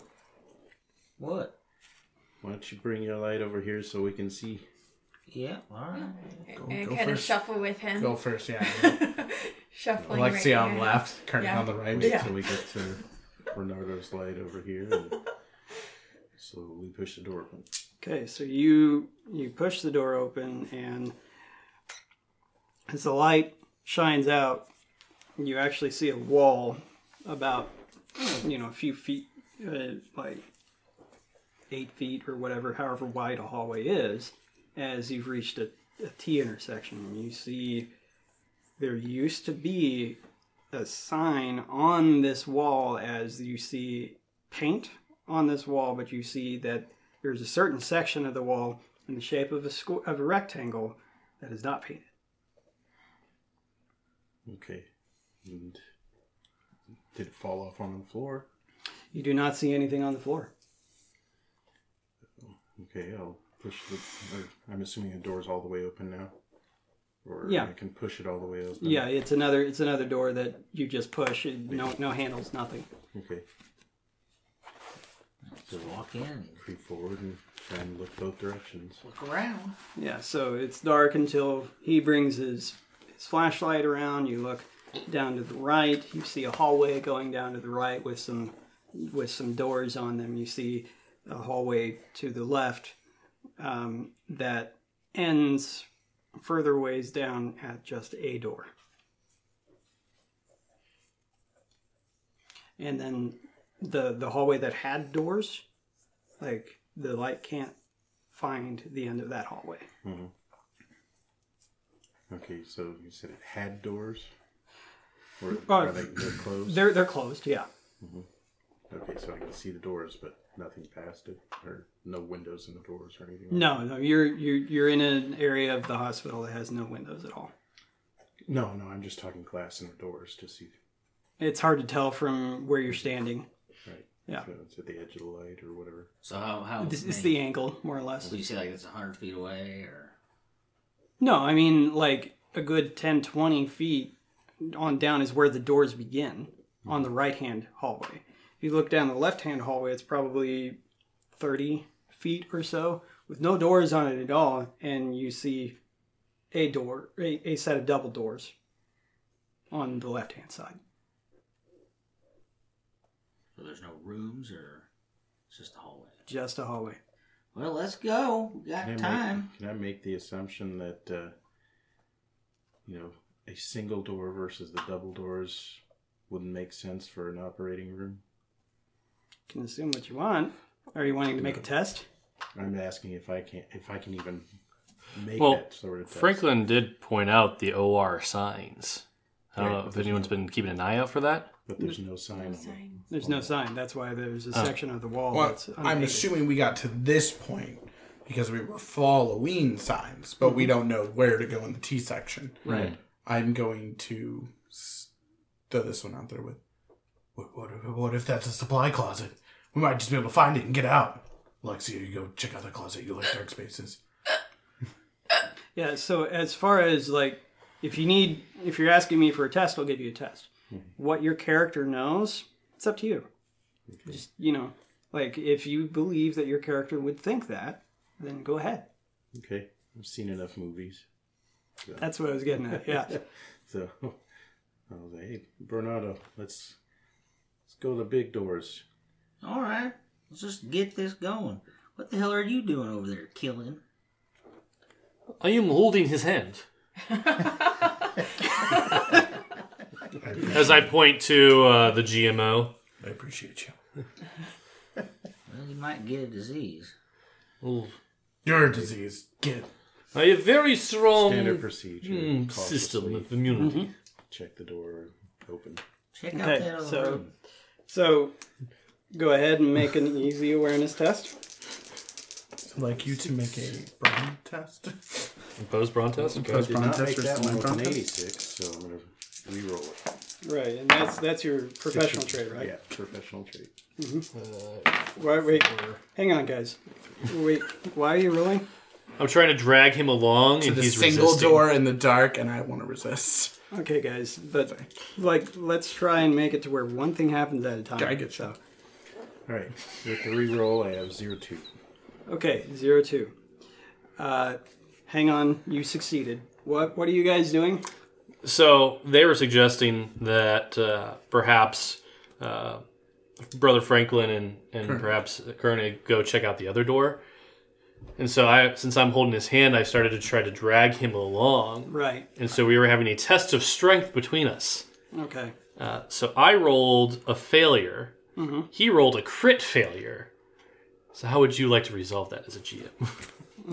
What?
why don't you bring your light over here so we can see?
Yeah, all right.
and
go
kind of
first.
shuffle with him.
Go first, yeah.
*laughs* Shuffling.
Alexia
right
on
now.
left, Kermit
Yeah.
on the right.
Yeah.
So we get to Bernardo's light over here and slowly push the door open.
Okay, so you you push the door open and as the light shines out, you actually see a wall about you know a few feet uh, like 8 feet or whatever however wide a hallway is as you've reached a, a T intersection. You see there used to be a sign on this wall as you see paint on this wall, but you see that there's a certain section of the wall in the shape of a squ- of a rectangle that is not painted.
Okay. And did it fall off on the floor?
You do not see anything on the floor.
Okay, I'll push the. Or I'm assuming the door's all the way open now. Or
Yeah.
I can push it all the way open.
Yeah, it's another it's another door that you just push. and No no handles, nothing.
Okay.
Just walk in.
Creep forward and try and look both directions.
Look around.
Yeah, so it's dark until he brings his his flashlight around. You look down to the right. You see a hallway going down to the right with some with some doors on them. You see a hallway to the left um, that ends further ways down at just a door. And then the the hallway that had doors, like the light can't find the end of that hallway.
Okay, so you said it had doors? Or
Uh,
are they they're closed?
They're they're closed. Yeah.
Okay, so I can see the doors, but nothing past it, or no windows in the doors or anything. like-
No, no. You're you're you're in an area of the hospital that has no windows at all.
No, no, I'm just talking glass in the doors to see.
It's hard to tell from where you're standing.
Right.
Yeah.
So it's at the edge of the light or whatever.
So how how
This is
many-
the angle, more or less.
would you say like it's hundred feet away or
No, I mean like a good 10, 20 feet on down is where the doors begin on the right hand hallway. If you look down the left hand hallway, it's probably thirty feet or so with no doors on it at all, and you see a door, a, a set of double doors on the left hand side.
so there's no rooms or it's just a hallway?
Just a hallway.
Well, let's go. We got
Can I make-
time.
can I make the assumption that, uh, you know, a single door versus the double doors wouldn't make sense for an operating room?
can assume what you want. Are you wanting to make a test?
I'm asking if I can if I can even make
Well,
that sort of test.
Franklin did point out the OR signs. I don't
Right,
know if
there's
anyone's been keeping an eye out for that.
but there's no sign. on it.
Sign.
There's no sign. That's why there's a section of the wall
Well,
Oh, that's
I'm
unpainted.
assuming we got to this point because we were following signs, but we don't know where to go in the T section.
Right.
I'm going to s- throw this one out there with what, what, if- what if that's a supply closet? We might just be able to find it and get out. Alexia, you go check out the closet. You like dark spaces.
Yeah. So as far as like, if you need, if you're asking me for a test, I'll give you a test. What your character knows, it's up to you. Just you know, like if you believe that your character would think that, then go ahead.
Okay, I've seen enough movies,
That's what I was getting at. Yeah.
so *laughs* I was like, "Hey, Bernardo, let's let's go to the big doors."
All right, let's just get this going. What the hell are you doing over there, killing?
I am holding his hand. As I point to uh, the GMO.
I appreciate you.
Well, you might get a disease.
Ooh.
You're a disease. Get
I have very strong
Standard procedure.
mm,
cautiously
system of immunity.
Check the door. Open.
Check out
Okay,
that other
so-
room.
So go ahead and make an easy awareness test.
like you to make a brain test.
Imposed brawn test? Okay.
Those
Did not
Brontes
make
are
that
still
one with
in
an
Brontes?
86, so I'm gonna re-roll it.
Right, and that's that's your professional trade, right?
Yeah, professional trait.
Why wait hang on guys. Wait, why are you rolling?
I'm trying to drag him along,
To
and
the
he's
single
resisting.
door in the dark, and I want to resist.
Okay guys, but like let's try and make it to where one thing happens at a time.
I get
so
All right. With the re-roll, I have zero two.
okay, zero two. Uh hang on, you succeeded. What what are you guys doing?
So they were suggesting that uh, perhaps uh, Brother Franklin and, and perhaps Kernig go check out the other door. And so I, since I'm holding his hand, I started to try to drag him along.
Right.
And so we were having a test of strength between us.
Okay.
Uh, so I rolled a failure. He rolled a crit failure. So how would you like to resolve that as a GM?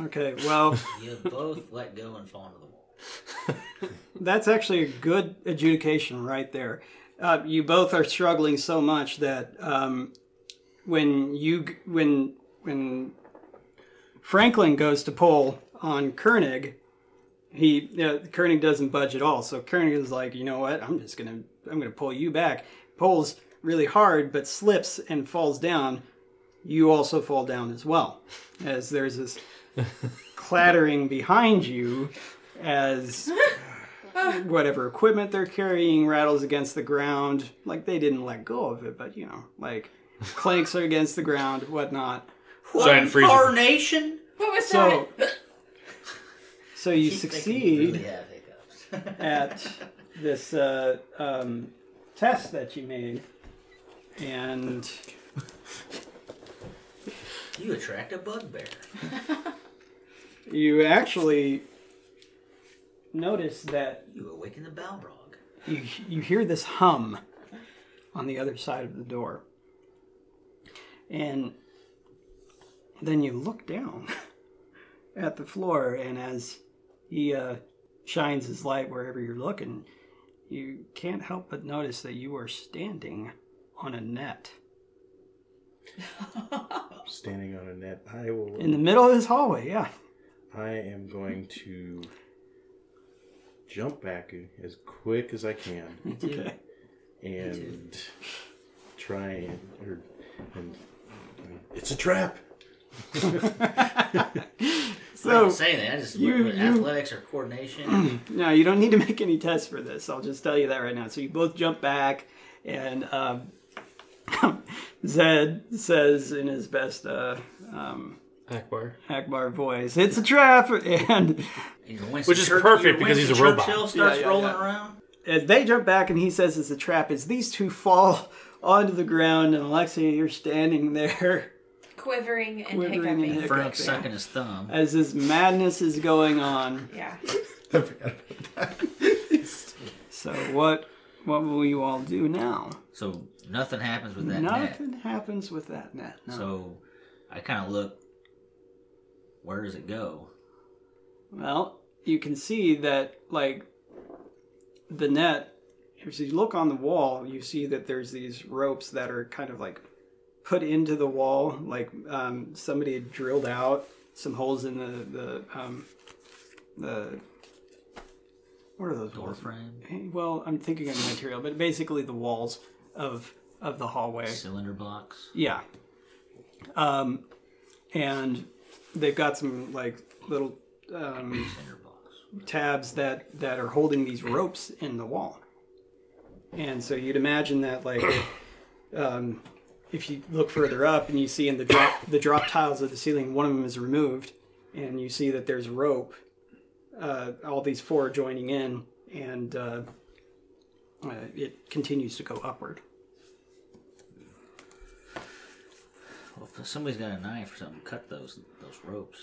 Okay. Well,
You both *laughs* let go and fall into the wall.
That's actually a good adjudication right there. Uh, you both are struggling so much that um, when you g- when when Franklin goes to pull on Koenig, he uh, Koenig doesn't budge at all. So Koenig is like, you know what? I'm just gonna I'm gonna pull you back. Pulls really hard, but slips and falls down. You also fall down as well, as there's this clattering behind you as whatever equipment they're carrying rattles against the ground. Like they didn't let go of it, but you know, like clanks are against the ground, whatnot.
Giant freezer.
Carnation?
What was
So,
that?
so you
Really
succeed
have hiccups. *laughs*
at this uh, um, test that you made, and
you attract a bugbear.
you actually notice that
You awaken the Balrog.
you, you hear this hum on the other side of the door. And then you look down *laughs* at the floor, and as he uh, shines his light wherever you're looking, you can't help but notice that you are standing on a net
Standing on a net. I will.
in the middle of this hallway. Yeah.
I am going to jump back as quick as I *laughs* can
Okay.
and try and, or, and it's a trap.
I
So
didn't say that. I just
you-
went with
you-
athletics or
*clears throat*
coordination.
No, you don't need to *laughs* make any tests for this. I'll just tell you that right now. So you both jump back, and um, *laughs* Zed says in his best uh,
Akbar.
Akbar voice, "It's a trap!" *laughs* And
You know, Winston
Which is
Church-
perfect
you know,
because he's a
Winston
robot.
Churchill starts
Yeah, yeah,
rolling
yeah.
around.
as they jump back, and he says, "It's a trap." As these two fall *laughs* onto the ground, and Alexia, you're standing *laughs* there
Quivering and
Quivering and
hiccuping.
hic-
Frank's
yeah.
sucking his thumb.
as this madness is going on.
yeah.
So what? What will you all do now?
So nothing happens with that net.
Nothing happens with that net. No.
So I kind of look. Where does it go?
Well, you can see that, like, the net, if you look on the wall, you see that there's these ropes that are kind of like put into the wall, like um, somebody had drilled out some holes in the, the, um, the, what are those
Door
holes?
frame,
Well, I'm thinking of the material, but basically the walls of, of the hallway.
cylinder blocks.
Yeah. Um, and they've got some like little um, tabs that that are holding these ropes in the wall. And so you'd imagine that like um, if you look further up and you see in the drop the drop tiles of the ceiling, one of them is removed, and you see that there's rope. Uh, all these four are joining in, and uh, uh, it continues to go upward.
Well, if somebody's got a knife or something, cut those those ropes.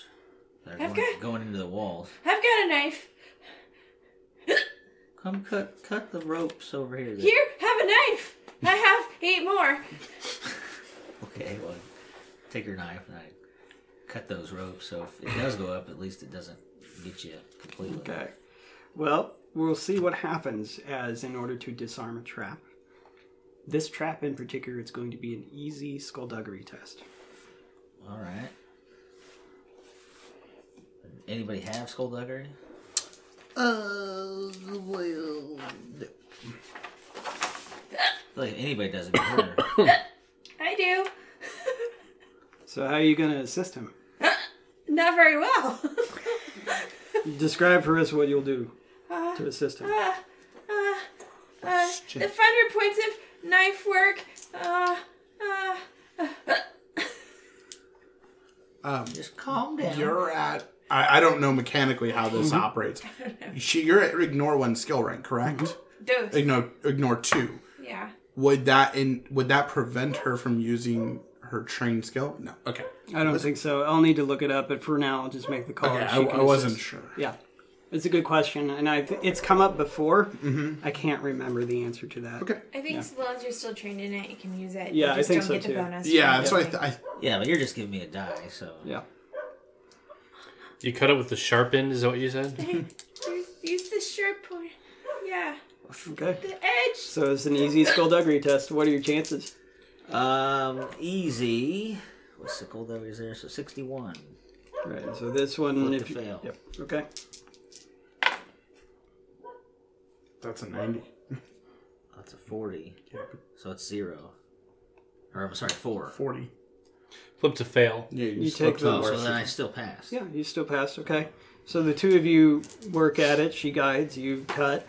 They're
I've
going,
got-
going into the walls.
I've got a knife.
Come cut cut the ropes over here. then.
Here, have a knife. I have eight more.
Okay, well, take your knife and I cut those ropes. So if it does go up, at least it doesn't get you completely.
Okay. Well, we'll see what happens as in order to disarm a trap. This trap in particular is going to be an easy skullduggery test.
All right. Anybody have skullduggery? Uh, well, Like anybody doesn't get hurt.
I do.
So how are you going to assist him?
Not very well. *laughs*
Describe for us what you'll do
Uh,
to assist him.
uh, uh, uh, the thunder points of knife work. Uh, uh,
Um,
*coughs* Just calm down.
you're at. I, I don't know mechanically how this operates. She, you're at ignore one skill rank, correct?
dose.
Ignore ignore two.
Yeah.
Would that in would that prevent her from using her trained skill? No. Okay.
I don't think so. I'll need to look it up, but for now, I'll just make the call.
Okay.
She
I,
can
I wasn't
assist.
sure.
Yeah, it's a good question, and I it's come up before. Mm-hmm. I can't remember the answer to that.
Okay.
I think as long as you're still trained in it, you can use it.
Yeah,
you
I
just
think
don't
so
get the
too.
bonus.
Yeah,
from
that's why I,
doing
th- I
Yeah, but you're just giving me a die, so
Yeah.
You cut it with the sharp end, is that what you said?
it. Use the sharp point. Yeah,
Okay.
the edge.
So it's an easy skullduggery test. What are your chances?
um, easy. What's the skullduggery there? So sixty-one.
Right. So this one,
Flip
if
to
you,
fail.
Yep. Okay.
that's a ninety.
That's a forty. So it's zero. Or I'm sorry, four.
Forty.
Flip to fail.
Yeah,
You
just
take
look to
the-
Oh, so
worst.
then I still pass.
Yeah, you still passed. Okay. So the two of you work at it. She guides. You cut.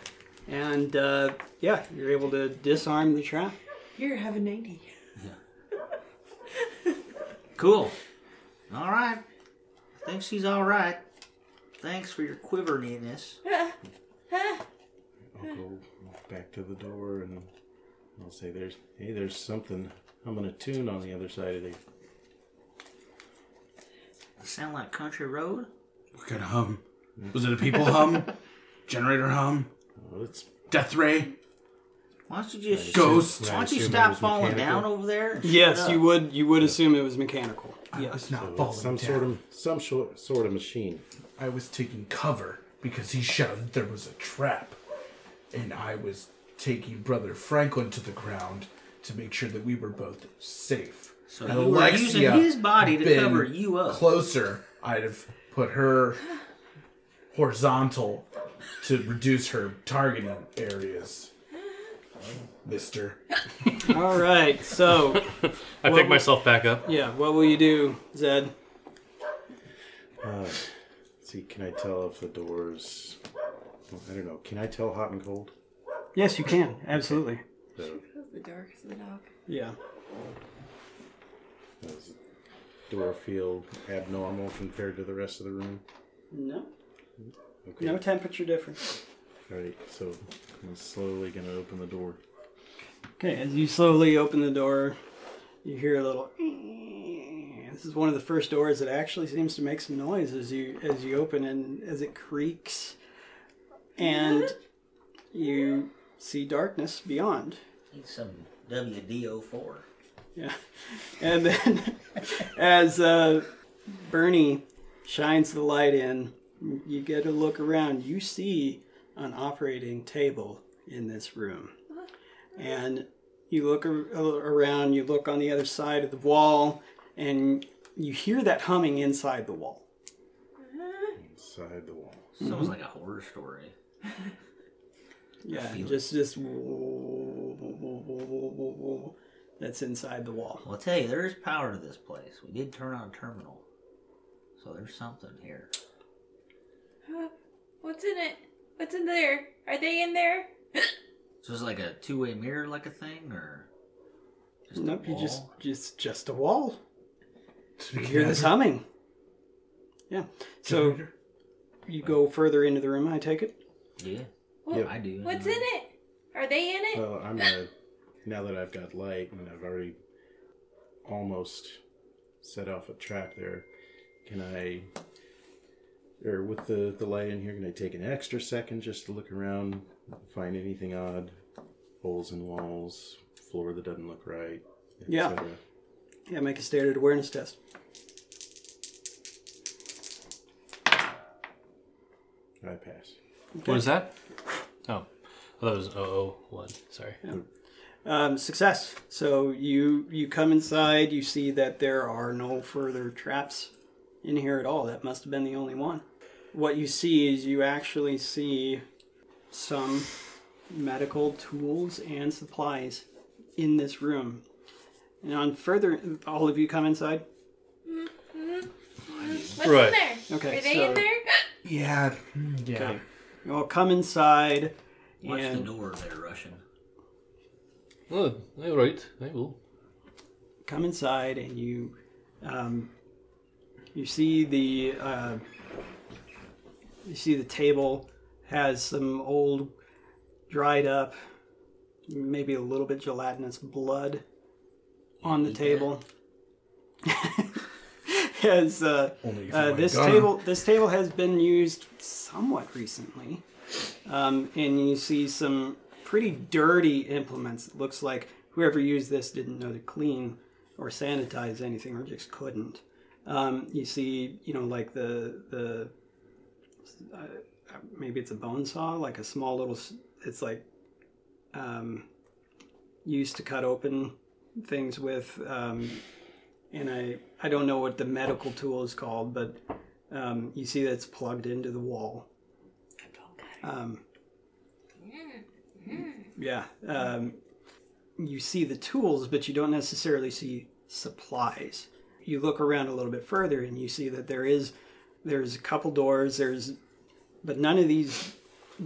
And uh, yeah, you're able to disarm the trap.
Here, have a ninety.
Cool. All right. I think she's all right. Thanks for your quiveriness.
I'll go back to the door and I'll say, "There's hey, there's something. I'm gonna tune on the other side of the
Sound like country road?
Look at hum. Was it a people *laughs* hum? Generator hum?
Well, it's
Death ray?
Why don't you just
Ghost?
Why don't you
assume it
stop
was
falling
mechanical.
down over there? and
Yes,
shut
you
up?
would. You would assume it was mechanical.
I was
Yes.
not
it's
falling
some
down.
sort of some sort sort of machine.
I was taking cover because he shouted there was a trap. And I was taking Brother Franklin to the ground to make sure that we were both safe.
So
Had
you were using his body to
been
cover you up.
Closer, I'd have put her horizontal to reduce her targeting areas. Mister.
*laughs* All right. So
I pick myself back up.
yeah, what will you do, Zed?
Uh, see, can I tell if the door's? I don't know. Can I tell hot and cold?
Yes, you can. Absolutely.
So,
Close the door, cause the dog.
Yeah.
does the door feel abnormal compared to the rest of the room?
No.
Okay.
No temperature difference.
All right. So I'm slowly gonna open the door.
Okay, as you slowly open the door, you hear a little. "Eh." This is one of the first doors that actually seems to make some noise as you as you open and as it creaks, and you see darkness beyond.
He's some WDO4.
Yeah. And then as uh, Bernie shines the light in, you get a look around. You see an operating table in this room. And you look ar- around, you look on the other side of the wall, and you hear that humming inside the wall.
Uh-huh.
Inside the wall.
Sounds almost like a horror story.
Yeah, just just that's inside the wall.
Well, I'll tell you, there is power to this place. We did turn on a terminal. So there's something here.
Huh? Uh, What's in it? What's in there? Are they in there?
So it's like a two way mirror, like a thing, or. Just a
Nope, you just
wall?
it's just a wall. You hear this humming. Yeah. So you go further into the room, I take it.
Yeah.
Well,
I do. Mm-hmm.
What's in it? Are they in it?
Well, I'm gonna now that I've got light and I've already almost set off a trap there. Can I, or with the the light in here, can I take an extra second just to look around, find anything odd, holes in walls, floor that doesn't look right? et
Yeah.
cetera?
Yeah, make a standard awareness test.
I pass.
What was that? Oh, I thought it was 001. Sorry.
Um, success. So you you come inside. You see that there are no further traps in here at all. That must have been the only one. What you see is you actually see some medical tools and supplies in this room. And on further, all of you come inside.
What's
Right.
in there?
Okay,
Are they
so-
in there? *laughs*
Yeah. mm, Yeah.
Okay. You all come inside.
Watch the
and
door there, Russian.
Oh, all right. I will.
come inside and you um, you see the uh, you see the table has some old dried up maybe a little bit gelatinous blood on the
Eat
table *laughs* has uh,
Only if you
uh,
wanna
this
go.
table this table has been used somewhat recently um, and you see some pretty dirty implements it looks like whoever used this didn't know to clean or sanitize anything or just couldn't um, you see you know like the the uh, maybe it's a bone saw like a small little s- it's like um, used to cut open things with um, and I, I don't know what the medical tool is called, but um, you see that's plugged into the wall. Um, yeah. Um, you see the tools, but you don't necessarily see supplies. You look around a little bit further, and you see that there is there's a couple doors. There's but none of these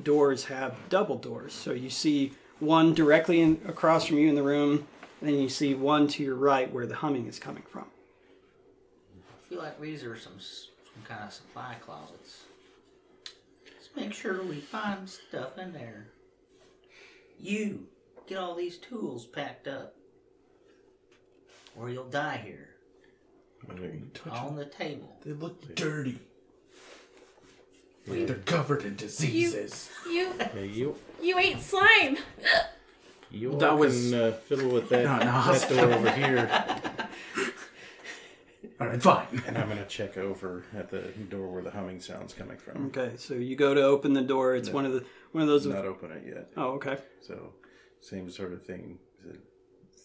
doors have double doors. So you see one directly in, across from you in the room, and then you see one to your right where the humming is coming from.
I feel like these are some s- some kind of supply closets. Let's make sure we find stuff in there. You get all these tools packed up, or you'll die here
I'm gonna touch
on the table.
They look dirty. They're covered in diseases.
You
Hey, you,
you ate slime.
you
That
all
was-
can, uh, fiddle
*laughs*
with that,
Not in a
that door over here.
All right, fine.
And I'm gonna check over at the door where the humming sound's coming from.
Okay, so you go to open the door. It's one of the one of those. With,
Not open it yet.
oh, okay.
So, same sort of thing. Does it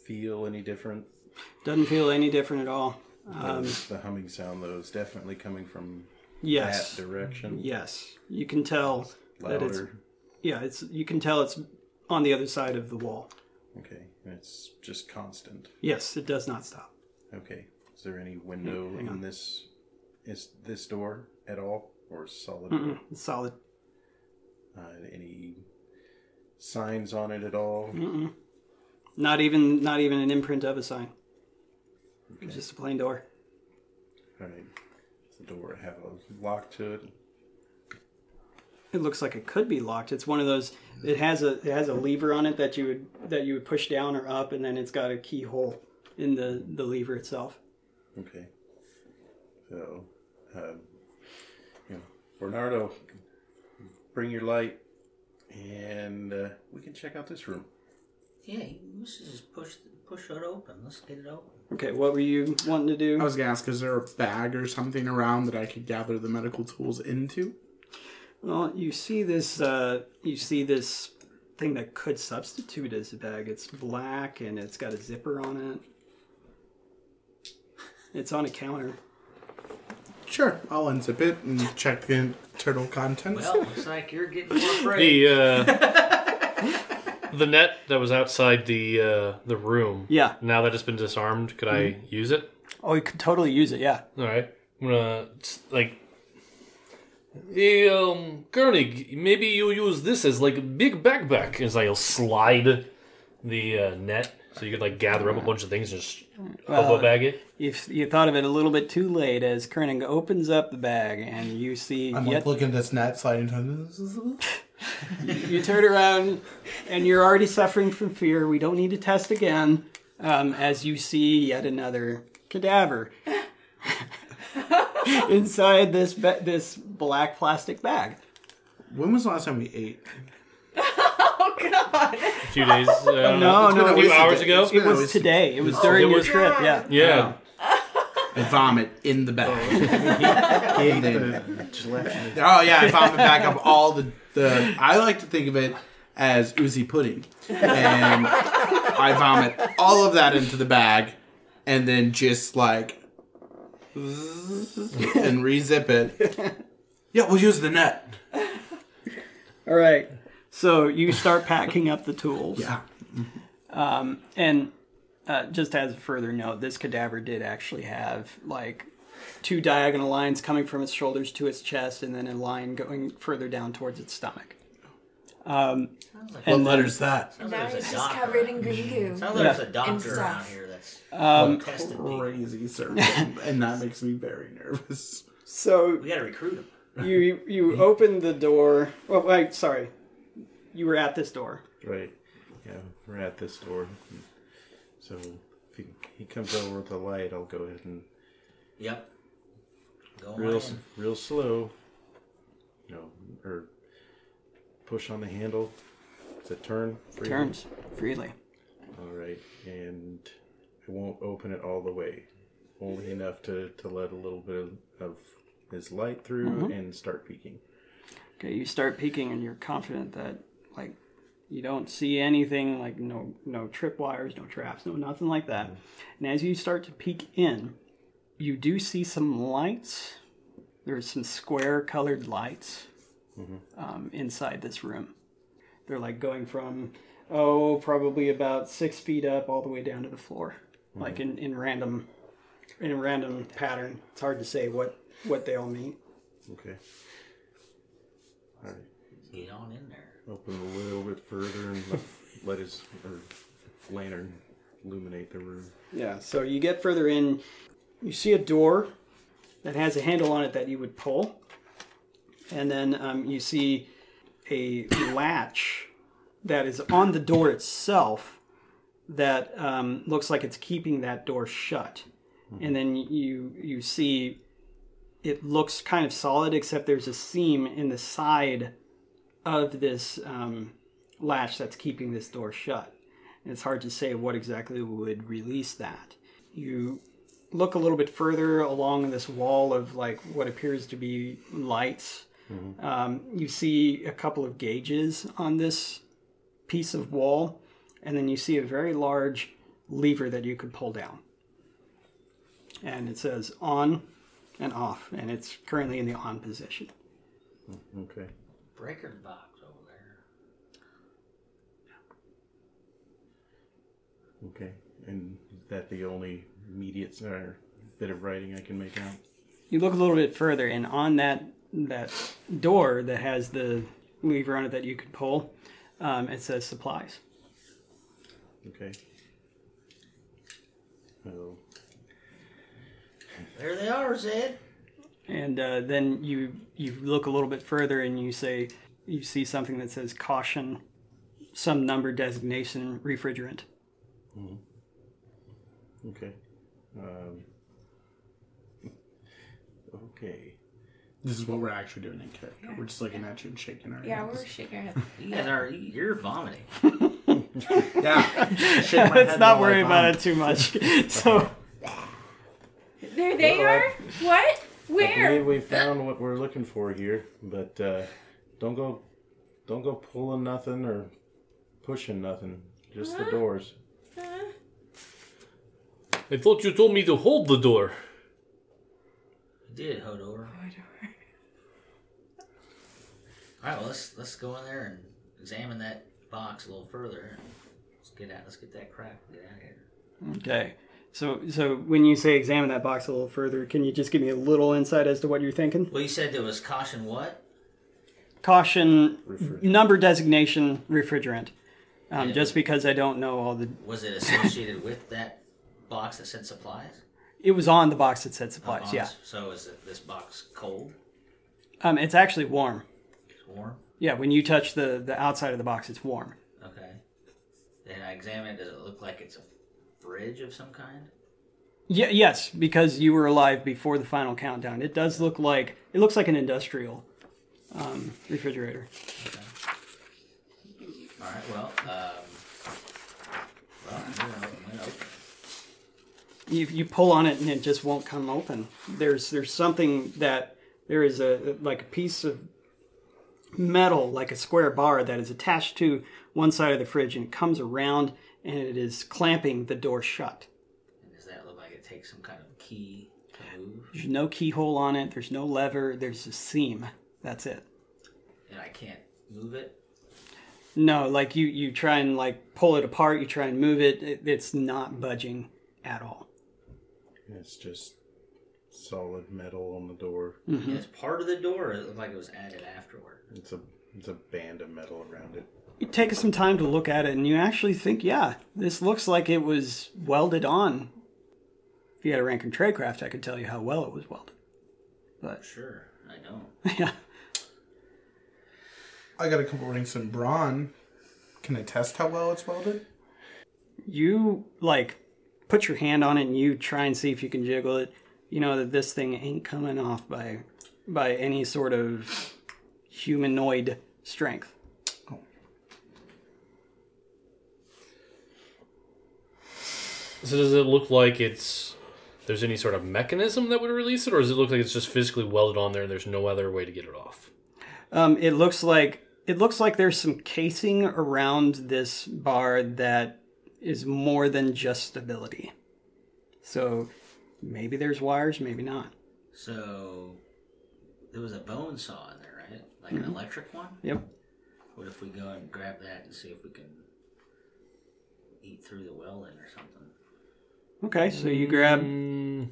feel any different?
Doesn't feel any different at all. Um,
the humming sound, though, is definitely coming from
yes,
that direction.
yes, you can tell that it's
Louder.
yeah. It's you can tell it's on the other side of the wall.
Okay. And it's just constant.
Yes, it does not stop.
Okay. Is there any window
Mm, hang on.
in this? Is this door at all, or solid?
Mm-mm, it's solid.
Uh, any signs on it at all?
Mm-mm. Not even not even an imprint of a sign. Just a plain door.
All right. Does the door have a lock to it?
It looks like it could be locked. It's one of those. It has a it has a lever on it that you would that you would push down or up, and then it's got a keyhole in the the lever itself.
Okay. So, um, you know, Bernardo, bring your light, and uh, we can check out this room.
Yeah, you must just push push it open. Let's get it
*laughs*
open.
Okay, what were you wanting to do?
I was gonna ask, is there a bag or something around that I could gather the medical tools into?
Well, you see this. Uh, you see this thing that could substitute as a bag. It's black and it's got a zipper on it. It's on a counter.
Sure, I'll unzip it and check the internal contents.
Well, Oh, looks like you're getting more afraid.
The uh, *laughs* the net that was outside the uh, the room.
Yeah.
Now that it's been disarmed, could I use it?
Oh, you could totally use it. Yeah.
All right. I'm gonna s- like. Hey, um, Koenig, maybe you use this as like a big backpack as I'll slide the uh, net So you could like gather up a bunch of things and just
Well,
elbow bag it.
You, you thought of it a little bit too late as Kerning opens up the bag and you see
I'm
yet
like looking at this net sliding. *laughs* time.
you turn around and you're already suffering from fear. We don't need to test again. Um, as you see yet another cadaver *laughs* inside this ba- this black plastic bag.
When was the last time we ate?
Oh god.
A few days. Uh,
*laughs* No,
been
no,
at
it
least
few
was,
a
hours
day.
ago?
It's been
it
at
was
least a-
today. It was during
it
your
was-
trip. Yeah.
yeah.
I vomit in the bag.
He *laughs* ate the
*laughs*
gelatinous
oh yeah, I vomit back up all the the. I like to think of it as oozy pudding, and I vomit all of that into the bag, and then just like *laughs* and rezip it. Yeah, we'll use the net.
All right. So you start packing up the tools. Um,
Yeah.
And uh, just as a further note, this cadaver did actually have like two diagonal lines coming from its shoulders to its chest, and then a line going further down towards its stomach. Um,
Sounds like,
What letter's that?
sounds
Now
like
he's
there's a
just
doctor.
covered in green goo.
Sounds like there's a
And
doctor
stuff.
around here that's um, tested people.
Crazy sir, and *laughs* that makes me very nervous.
So
We gotta recruit him.
you you open the door. Well, wait, sorry, you were at this door.
Right. Yeah, we're at this door. So if he, he comes over with a light, I'll go ahead and
Yep. Go on
real,
in.
s- real slow. You know, or push on the handle. It's a turn. Free.
Turns freely.
All right, and I won't open it all the way. Only enough to to let a little bit of, of his light through and start peeking.
Okay, you start peeking, and you're confident that like you don't see anything like no no tripwires, no traps, no nothing like that. And as you start to peek in, you do see some lights. There's some square colored lights um, inside this room. They're like going from oh probably about six feet up all the way down to the floor, like in, in random in a random pattern. It's hard to say what what they all mean.
Okay. All right.
Get on in there.
Open a little bit further and let, *laughs* let his or lantern illuminate the room.
Yeah, so you get further in, you see a door that has a handle on it that you would pull, and then um, you see a latch that is on the door itself that um, looks like it's keeping that door shut. And then you you see it looks kind of solid, except there's a seam in the side of this um, latch that's keeping this door shut and it's hard to say what exactly would release that. You look a little bit further along this wall of like what appears to be lights. Um, you see a couple of gauges on this piece of wall, and then you see a very large lever that you could pull down. And it says on and off, and it's currently in the on position.
Okay.
Breaker box over there.
Okay. And is that the only immediate or bit of writing I can make out?
you look a little bit further and on that that door that has the lever on it that you could pull um, it says supplies
Okay. Oh, So
There they are, Zed.
and uh, then you you look a little bit further and you say you see something that says caution some number designation refrigerant
okay. Um, *laughs* okay.
This is what we're actually doing in character. We're just looking at you and shaking our
Yeah,
heads.
we're shaking our head.
You guys are you're vomiting.
Yeah.
*laughs* let's not worry about it too much so
There they are? What?
I
Where?
believe we found what we're looking for here, but uh, don't go, don't go pulling nothing or pushing nothing. Just the doors.
I thought you told me to hold the door.
You did, Hodor. Alright, well let's let's go in there and examine that box a little further. Let's get out let's get that crap get out of here.
okay so so when you say examine that box a little further can you just give me a little insight as to what you're thinking
Well you said there was caution what?
caution
Refrigerant.
number designation refrigerant um, just because I don't know all the.
Was it associated with that box that said supplies?
It was on the box that said
Uh,
supplies.
on
Yeah,
this- So is it, this box cold?
um, it's actually warm.
It's warm?
Yeah, when you touch the the outside of the box, it's warm.
Okay. Then I examine it. Does it look like it's a fridge of some kind?
Yeah, yes, because you were alive before the final countdown. It does look like it looks like an industrial um, refrigerator.
All right. Well, um, well, I'm gonna, I'm gonna open it.
You, you pull on it and it just won't come open. There's there's something that there is a like a piece of metal, like a square bar that is attached to one side of the fridge and it comes around and it is clamping the door shut.
And does that look like it takes some kind of key to move?
There's no keyhole on it. There's no lever. There's a seam. That's it.
And I can't move it.
No, like you you try and like pull it apart. You try and move it. it it's not budging at all.
It's just solid metal on the door.
Yeah, it's part of the door. or It looked like it was added afterward.
It's a it's a band of metal around it.
You take some time to look at it, and you actually think, yeah, this looks like it was welded on. If you had a Rankin Tradecraft, I could tell you how well it was welded. *laughs* But
Sure, I don't.
yeah,
I got a couple rings from Braun. Can I test how well it's welded?
you like put your hand on it, and you try and see if you can jiggle it. You know that this thing ain't coming off by by any sort of humanoid strength.
So does it look like it's there's any sort of mechanism that would release it, or does it look like it's just physically welded on there and there's no other way to get it off?
Um, it looks like it looks like there's some casing around this bar that is more than just stability. So maybe there's wires, maybe not.
So there was a bone saw in there, right? Like an electric one.
Mm-hmm. Yep.
What if we go and grab that and see if we can eat through the welding or something?
Okay, so you grab.
Mm.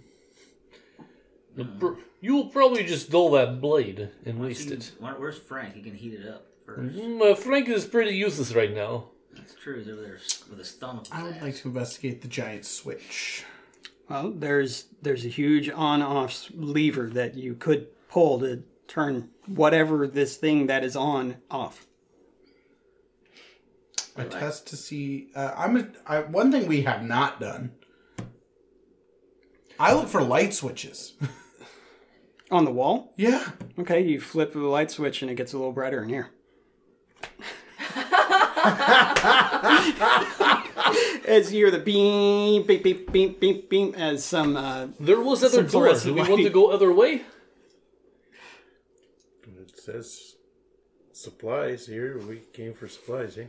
No, pr- You'll probably just dull that blade and waste it.
Why- Where's Frank? He can heat it up first.
Mm-hmm.
Mm, uh, Frank is pretty useless right now.
That's true. He's over there s- with his thumb. up
I
his
would
ass.
like to investigate the giant switch.
Well, there's there's a huge on-off lever that you could pull to turn whatever this thing that is on off.
I test to see. Uh, I'm a, I, one thing we have not done. I look for light switches. *laughs*
On the wall.
yeah,
Okay, you flip the light switch and it gets a little brighter in *laughs* here. as you hear the beep, beep, beep, beep, beep, beep, as some, uh,
There was other
Some
doors. Do
fluorescent
we want to
lighting.
go other way?
And It says supplies here. We came for supplies, eh?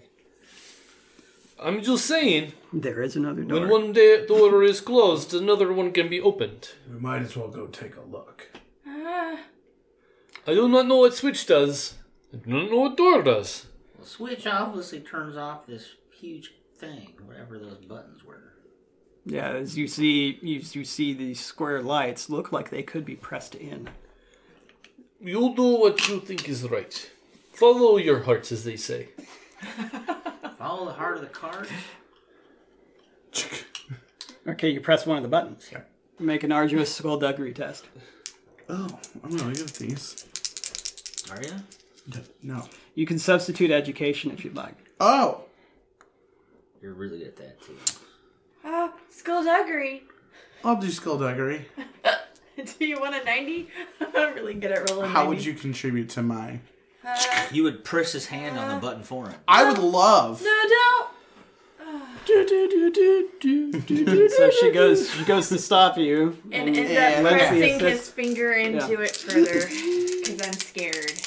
I'm just saying,
there is another
when
door.
one da- door is closed, another one can be opened.
we might as well go take a look.
Uh,
I do not know what switch does. I do not know what door does.
Well, switch obviously turns off this huge thing, whatever those buttons were.
Yeah, as you see, you, you see these square lights look like they could be pressed in.
You do what you think is right. Follow your hearts, as they say.
Follow the heart of the card.
Okay, you press one of the buttons. Make an arduous skullduggery test.
Oh, I'm gonna get these.
Are you?
No.
You can substitute education if you'd *laughs* like.
Oh,
You're really good at that too.
Ah, skullduggery. *laughs*
I'll do skullduggery.
Do you want a 90? *laughs* I'm really good at rolling.
How would you contribute to my?
You would press his hand
Uh.
on the button for him.
I would love.
No, don't.
so she goes, she goes to stop you.
And end
Yeah,
up
let's
see
pressing
if this-
his finger into
Yeah.
it further because I'm scared.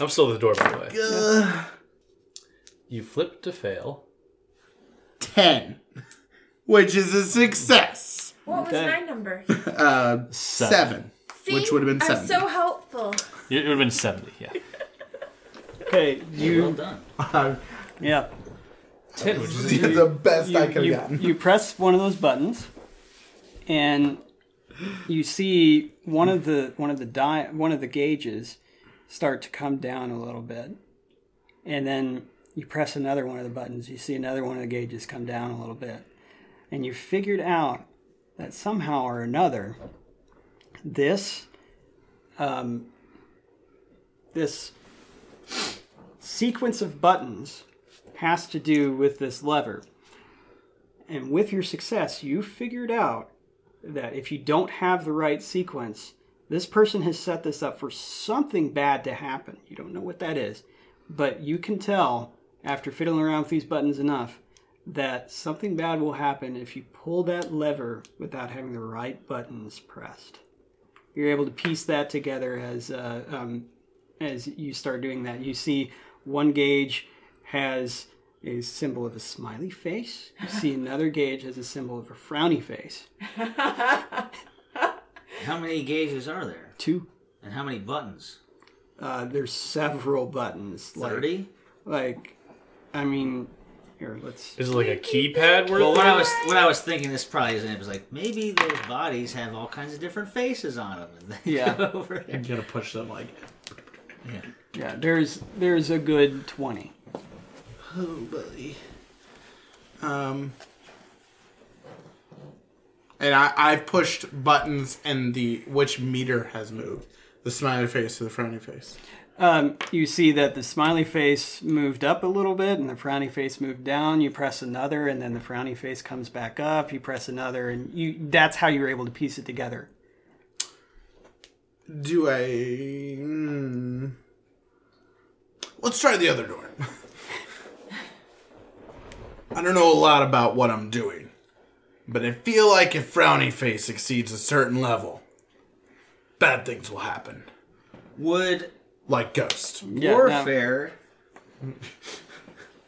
I'm still at the door, by the way. You flip to fail.
Ten, which is a success.
What was
Okay.
my number?
Uh, seven.
See,
Which would have been
I'm
70.
so helpful.
It would have been 70, yeah.
Okay,
Well
you,
done.
*laughs* yeah,
10, which is
*laughs* the best I could
you,
have gotten.
you press one of those buttons, and you see one of the one of the di- one of the gauges start to come down a little bit, and then You press another one of the buttons, you see another one of the gauges come down a little bit. And you figured out that somehow or another, this, um, this sequence of buttons has to do with this lever. And with your success, you figured out that if you don't have the right sequence, this person has set this up for something bad to happen. You don't know what that is, but you can tell after fiddling around with these buttons enough that something bad will happen if you pull that lever without having the right buttons pressed. You're able to piece that together as uh, um, as you start doing that. You see one gauge has a symbol of a smiley face. You see another gauge has a symbol of a frowny face.
How many gauges are there?
Two.
And how many buttons?
Uh, there's several buttons. Like,
30?
Like, I mean, here,
*laughs*
let's.
Is it like a keypad where
Well, what I was what I was thinking this probably isn't. It was like maybe those bodies have all kinds of different faces on them. And they
Yeah. *laughs*
go over there.
I'm gonna push them like
Yeah, there's there's a good twenty.
Oh, buddy. Um.
And I, I've pushed buttons and the which meter has moved. The smiley face to the frowny face.
Um, you see that the smiley face moved up a little bit, and the frowny face moved down. You press another, and then the frowny face comes back up. You press another, and you—that's how you're able to piece it together.
Do I. Hmm. Let's try the other door. *laughs* I don't know a lot about what I'm doing, but I feel like if Frowny Face exceeds a certain level, bad things will happen.
*laughs* Would
Like Ghost.
Yeah,
warfare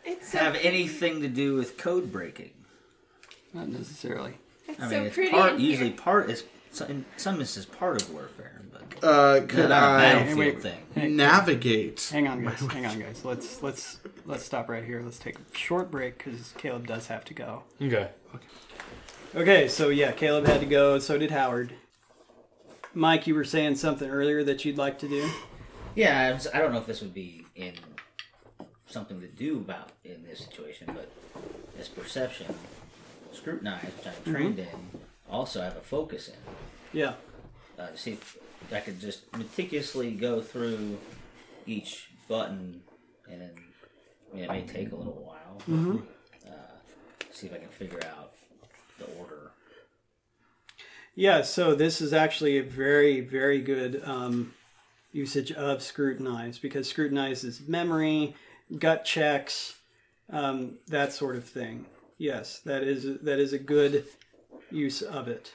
It's so,
have anything to do with code breaking?
Not necessarily.
it's
I
so
mean, it's
pretty.
part
in
usually
here.
part is in some instances part of warfare, but
Uh,
not
could
a battlefield
wait.
thing.
navigate?
Hang on, guys. Hang on, guys. Let's let's let's stop right here. Let's take a short break because Caleb does have to go.
Okay.
Okay, so yeah, Caleb had to go. So did Howard. Mike, you were saying something earlier that you'd like to do.
Yeah, I was- I don't know if this would be in something to do about in this situation, but this perception, scrutinize, which I'm trained in, also I have a focus in.
Yeah.
uh, to see if I could just meticulously go through each button, and then I mean, it may take a little while. but, Uh, see if I can figure out the order.
Yeah, so this is actually a very, very good um, usage of scrutinize because scrutinize is memory, gut checks, um, that sort of thing. Yes, that is that is a good use of it.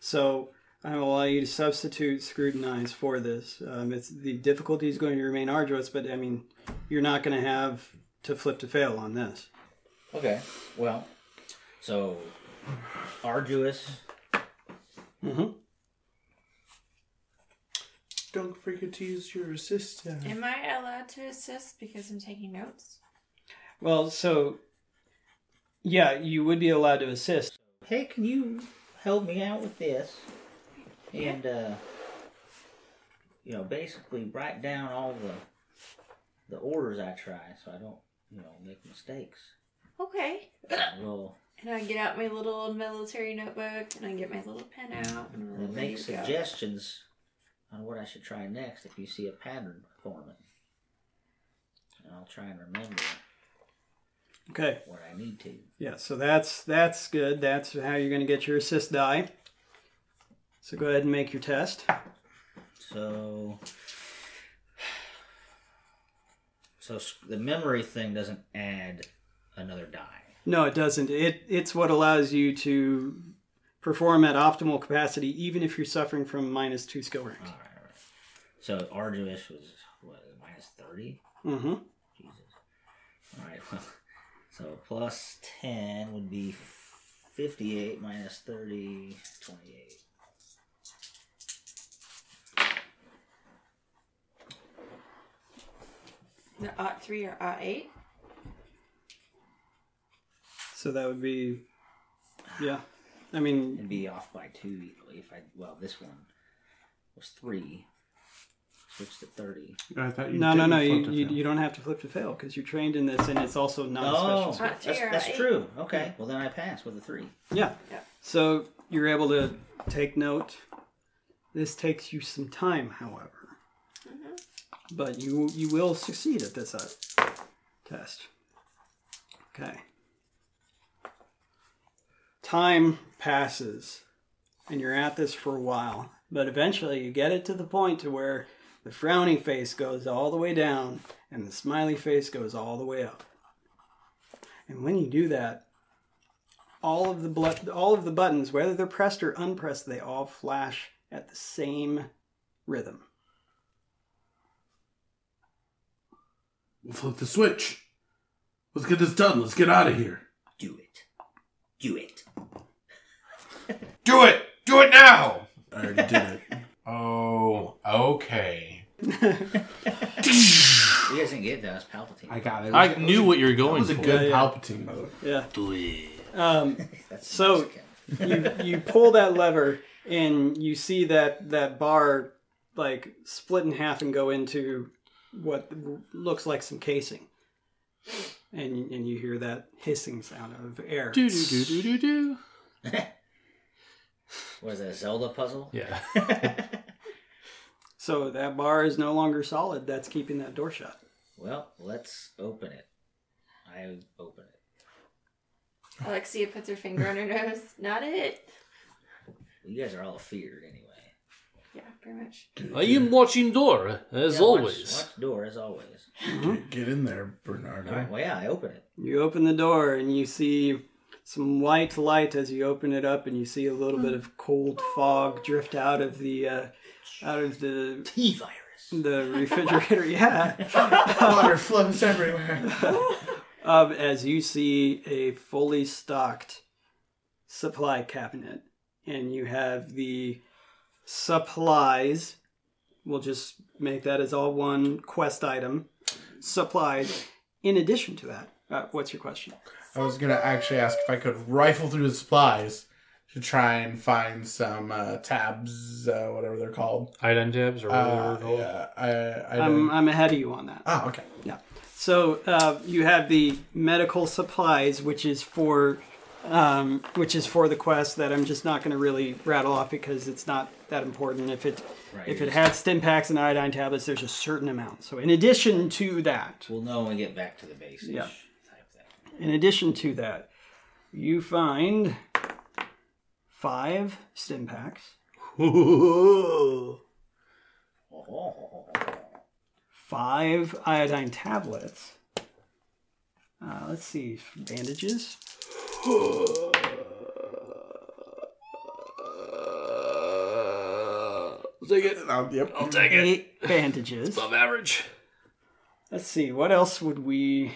So I will allow you to substitute scrutinize for this. Um, it's the difficulty is going to remain arduous, but I mean, you're not going to have to flip to fail on this.
Okay. Well, so arduous.
Don't forget to use your assistant.
Am I allowed to assist because I'm taking notes?
Well, so yeah, you would be allowed to assist.
Hey, can you help me out with this? And uh, you know, basically write down all the the orders I try, so I don't you know make mistakes.
Okay.
We'll
And I get out my little old military notebook and I get my little pen out and we're
And make
ready to go.
suggestions on what I should try next if you see a pattern forming. And I'll try and remember
Okay.
what I need to.
Yeah, so that's that's good. That's how you're going to get your assist die. So go ahead and make your test.
So, so s- the memory thing doesn't add another die.
No, it doesn't. It it's what allows you to perform at optimal capacity, even if you're suffering from minus two skill ranks.
Ah.
All right, all right. So arduous was what minus thirty.
Mm-hmm.
Jesus. All right. Well, *laughs* so plus ten would be fifty-eight minus 30, 28.
The odd three or odd eight.
So that would be, yeah. I mean,
and be off by two if I well this one was three, Switch to 30.
I thought you
No, no,
didn't
no.
flip
You,
to
you,
fail.
you don't have to flip to fail because you're trained in this, and it's also
Oh,
non-special. skill.
Not
that's,
GRI.
that's true. Okay, well then I pass with a 3.
Yeah.
Yeah.
So you're able to take note. This takes you some time, however, but you you will succeed at this uh, test. Okay. Time passes, and you're at this for a while, but eventually you get it to the point to where the frowny face goes all the way down, and the smiley face goes all the way up. And when you do that, all of the blu- all of the buttons, whether they're pressed or unpressed, they all flash at the same rhythm.
We'll flip the switch. Let's get this done. Let's get out of here.
Do it. Do it.
Do it! Do it now!
I already did it.
Oh, okay.
You guys didn't get it, though. It's Palpatine.
I got it.
I knew what you were
That
going
was a
for.
good
Yeah, yeah.
Palpatine, by the way.
Yeah.
Do it.
Um,
That's
So- you
Mexican.
you pull that lever and you see that that bar like split in half and go into what looks like some casing. And, and you hear that hissing sound of air.
Do do do do do do.
What is that, a Zelda puzzle?
Yeah.
So that bar is no longer solid. That's keeping that door shut.
Well, let's open it. I open it.
Alexia puts her finger on her nose. Not it.
You guys are all feared anyway.
Yeah, pretty much.
I am watching door as
Yeah, watch-
always.
Watch door as always.
Get, get in there, Bernardo.
Alright, well yeah, I open it.
You open the door and you see some white light as you open it up, and you see a little bit of cold fog drift out of the uh, out of the
T virus.
the refrigerator. *laughs* yeah,
*laughs* Water flows everywhere.
*laughs* um, as you see a fully stocked supply cabinet, and you have the supplies. We'll just make that as all one quest item. Supplies. In addition to that, uh, what's your question?
I was gonna actually ask if I could rifle through the supplies to try and find some uh, tabs, uh, whatever they're called.
Item tabs or
Uh,
whatever. they're called.
yeah, I, I
I'm,
didn't-
I'm ahead of you on that.
oh, okay.
So uh, you have the medical supplies, which is for, um, which is for the quest that I'm just not going to really rattle off because it's not that important. If it
Right.
if
you're
it
just-
had stim packs and iodine tablets, there's a certain amount. So in addition to that,
We'll know when we get back to the basics.
Yeah.
Type thing.
in addition to that, you find five stim packs,
Oh,
five iodine tablets. Uh, let's see, bandages.
Uh,
Take it. I'll, Um, yep. I'll take
eight bandages. Above average. Let's see, what else would we?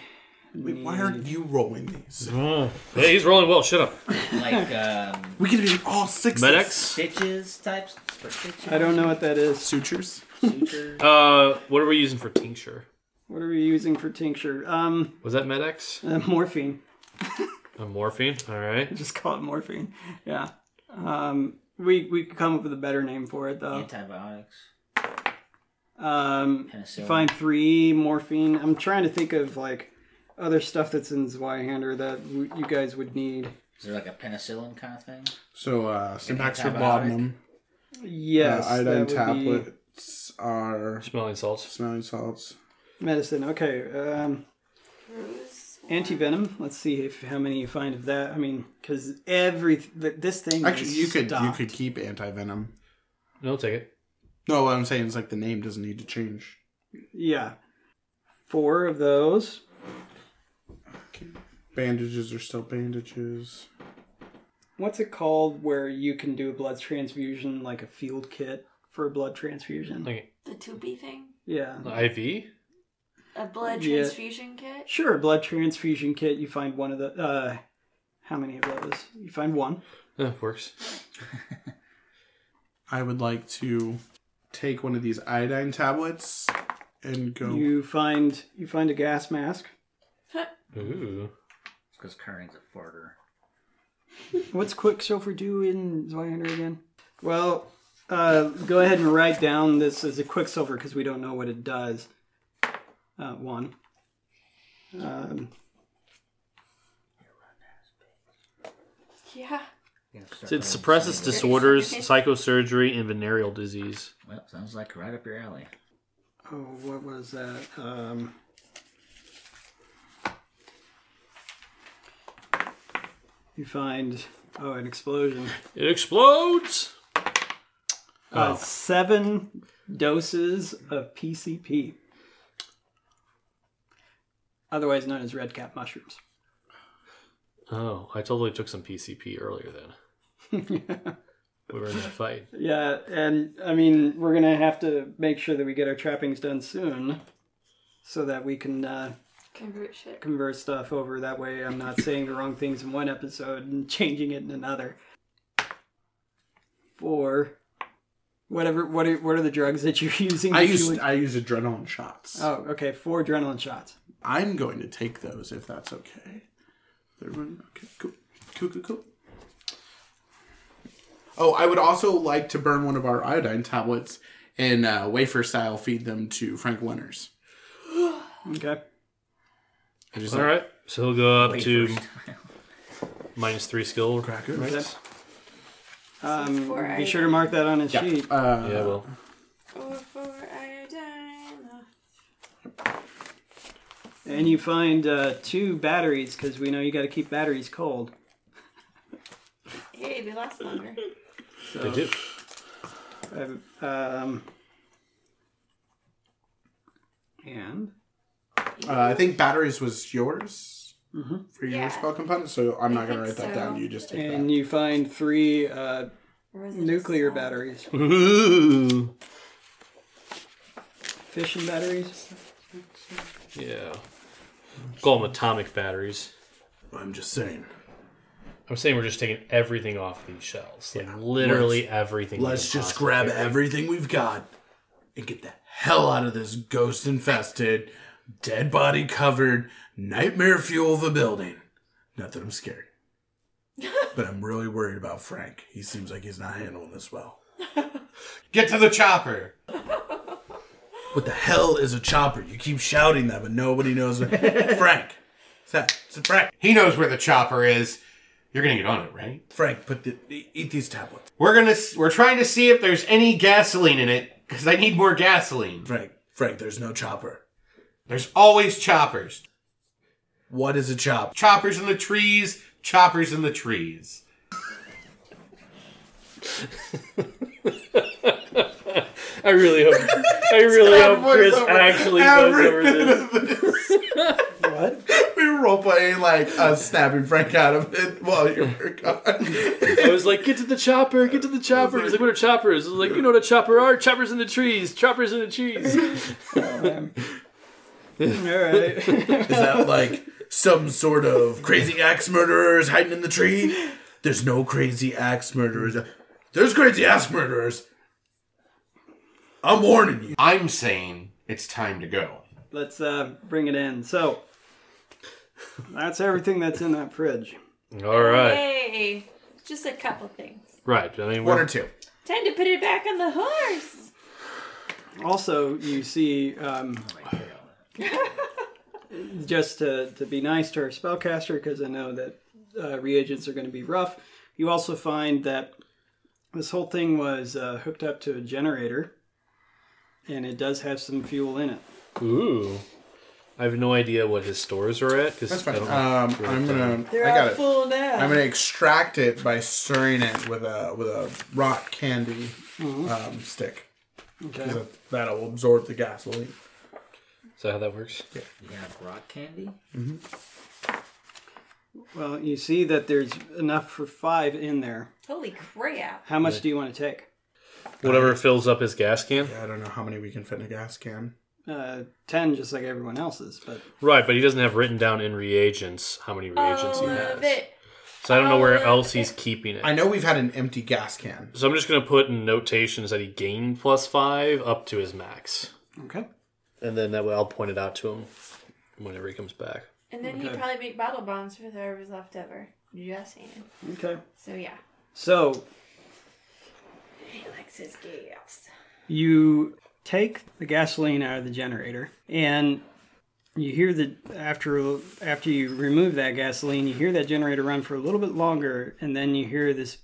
Wait, why aren't
Mm.
you rolling these?
Uh, hey, he's rolling well. Shut up.
like um,
We could be all six.
Medics.
stitches types for stitches.
I don't know what that is.
sutures.
Sutures.
Uh, what are we using for tincture?
What are we using for tincture? Um,
Was that Medex?
uh, morphine. *laughs*
A morphine. All right.
Just call it morphine. Yeah. Um, we we could come up with a better name for it though.
Antibiotics.
Um,
Penicillin.
find three morphine. I'm trying to think of like other stuff that's in Zweihander that w- you guys would need.
Is there like a penicillin kind of thing?
So uh, some extra
antibiotic.
laudanum.
Yes,
uh,
that
iodine
would be
tablets are
Smelling salts.
smelling salts.
medicine. Okay. Um,
Bruise.
Antivenom. Let's see if how many you find of that. I mean, because every th- this thing
Actually,
is
you could
stocked.
you could keep anti venom.
No, take it.
No, what I'm saying is like the name doesn't need to change.
yeah, four of those.
Bandages are still bandages.
What's it called where you can do a blood transfusion like a field kit for a blood transfusion?
Like
The toopy thing?
Yeah,
IV.
A blood
Yeah.
transfusion kit?
sure. A blood transfusion kit. You find one of the. Uh, how many of those? You find one.
That works.
I would like to take one of these iodine tablets and go.
You find you find a gas mask.
Ooh.
Because Kerning's a farter.
What's Quicksilver do in Zweihander again? Well, Uh, go ahead and write down this as a quicksilver because we don't know what it does. Uh, one. Um,
Yeah.
Yeah, start
It
writing
suppresses
something.
disorders, psychosurgery, and venereal disease.
Well, sounds like right up your alley.
oh, what was that? Um, you find oh an explosion.
It explodes.
Uh,
Oh.
Seven doses of PCP, otherwise known as red cap mushrooms. *laughs*
Oh, I totally took some PCP earlier then. We were in that *laughs* fight.
Yeah, and I mean, we're gonna have to make sure that we get our trappings done soon, so that we can uh,
Convert shit.
convert stuff over. That way, I'm not saying the wrong things in one episode and *laughs* changing it in another. Or whatever. What are what are the drugs that you're *laughs* using?
I
that you
used
would-
I used adrenaline shots.
oh, okay, four adrenaline shots.
I'm going to take those if that's okay. Everyone, okay, cool, cool, cool, cool. Oh, I would also like to burn one of our iodine tablets and uh, wafer style feed them to Frank Winters.
Okay,
I just
All right, so he'll go up to minus three skill.
cracker, right?
um,
Four
be sure to mark that on his
Yeah.
sheet.
Uh,
Yeah, well,
Or for iodine.
And you find uh, two batteries because we know you got to keep batteries cold.
Hey, they last longer.
So.
they do.
I've, um, and
uh, I think batteries was yours for your
Yeah.
spell component, so I'm
I
not going to write
think
that
so.
down. You just take
and you find three uh,
Or is it
nuclear
just-
batteries,
Ooh.
fission
*laughs*
batteries.
Yeah. Call them atomic batteries.
that. I'm just saying.
I'm saying we're just taking everything off these shells. Like literally everything. we
Let's
can
just
possibly-
grab everything we've got and get the hell out of this ghost infested, dead body covered, nightmare fuel of a building. Not that I'm scared, but I'm really worried about Frank. He seems like he's not handling this well.
Get to the chopper.
What the hell is a chopper? You keep shouting that, but nobody knows. What... Frank, is that, is it Frank?
He knows where the chopper is. You're gonna get on it, right?
Frank, put the eat these tablets.
We're gonna. s- We're trying to see if there's any gasoline in it because I need more gasoline.
Frank, Frank, there's no chopper.
There's always choppers.
What is a chopper?
Choppers in the trees. Choppers in the trees.
I really hope.
*laughs*
I really hope Chris actually goes over this. *laughs*
What?
We were role playing like uh, snapping Frank out of it while you were gone.
I was like, get to the chopper, get to the chopper. He's like, what are choppers? I was like, you know what a chopper are? Choppers in the trees, choppers in the trees.
All right.
Is that like some sort of crazy axe murderers hiding in the tree? There's no crazy axe murderers. There's crazy axe murderers. I'm warning you.
I'm saying it's time to go.
*laughs* Let's uh, bring it in. So that's everything that's in that fridge.
All right,
Hey, just a couple things.
right. I mean,
One or
we're,
two.
Time to put it back on the horse.
Also, you see, um, just to, to be nice to our spellcaster, because I know that uh, reagents are going to be rough, you also find that this whole thing was uh, hooked up to a generator, and it does have some fuel in it.
ooh. I have no idea what his stores are at because I don't
Um, I'm gonna. I got it.
full now.
I'm gonna extract it by stirring it with a with a rock candy um, stick.
Okay.
That'll absorb the gasoline.
Is that how that works?
You have rock candy?
Well, you see that there's enough for five in there.
Holy crap.
How much do you want to take?
Whatever fills up his gas can.
I don't know how many we can fit in a gas can.
Uh, ten, just like everyone else's, but
Right, but he doesn't have written down in reagents how many reagents
All
he
of
has.
it.
So I don't know where
all of
else
it.
he's keeping it.
I know we've had an empty gas can.
So I'm just gonna put in notations that he gained plus five up to his max,
okay.
and then that way I'll point it out to him whenever he comes back.
And then he'd probably make bottle bombs with whoever's left over. Just saying.
Okay.
So yeah.
So
Alex is gas.
You take the gasoline out of the generator, and you hear the after after you remove that gasoline, you hear that generator run for a little bit longer, and then you hear this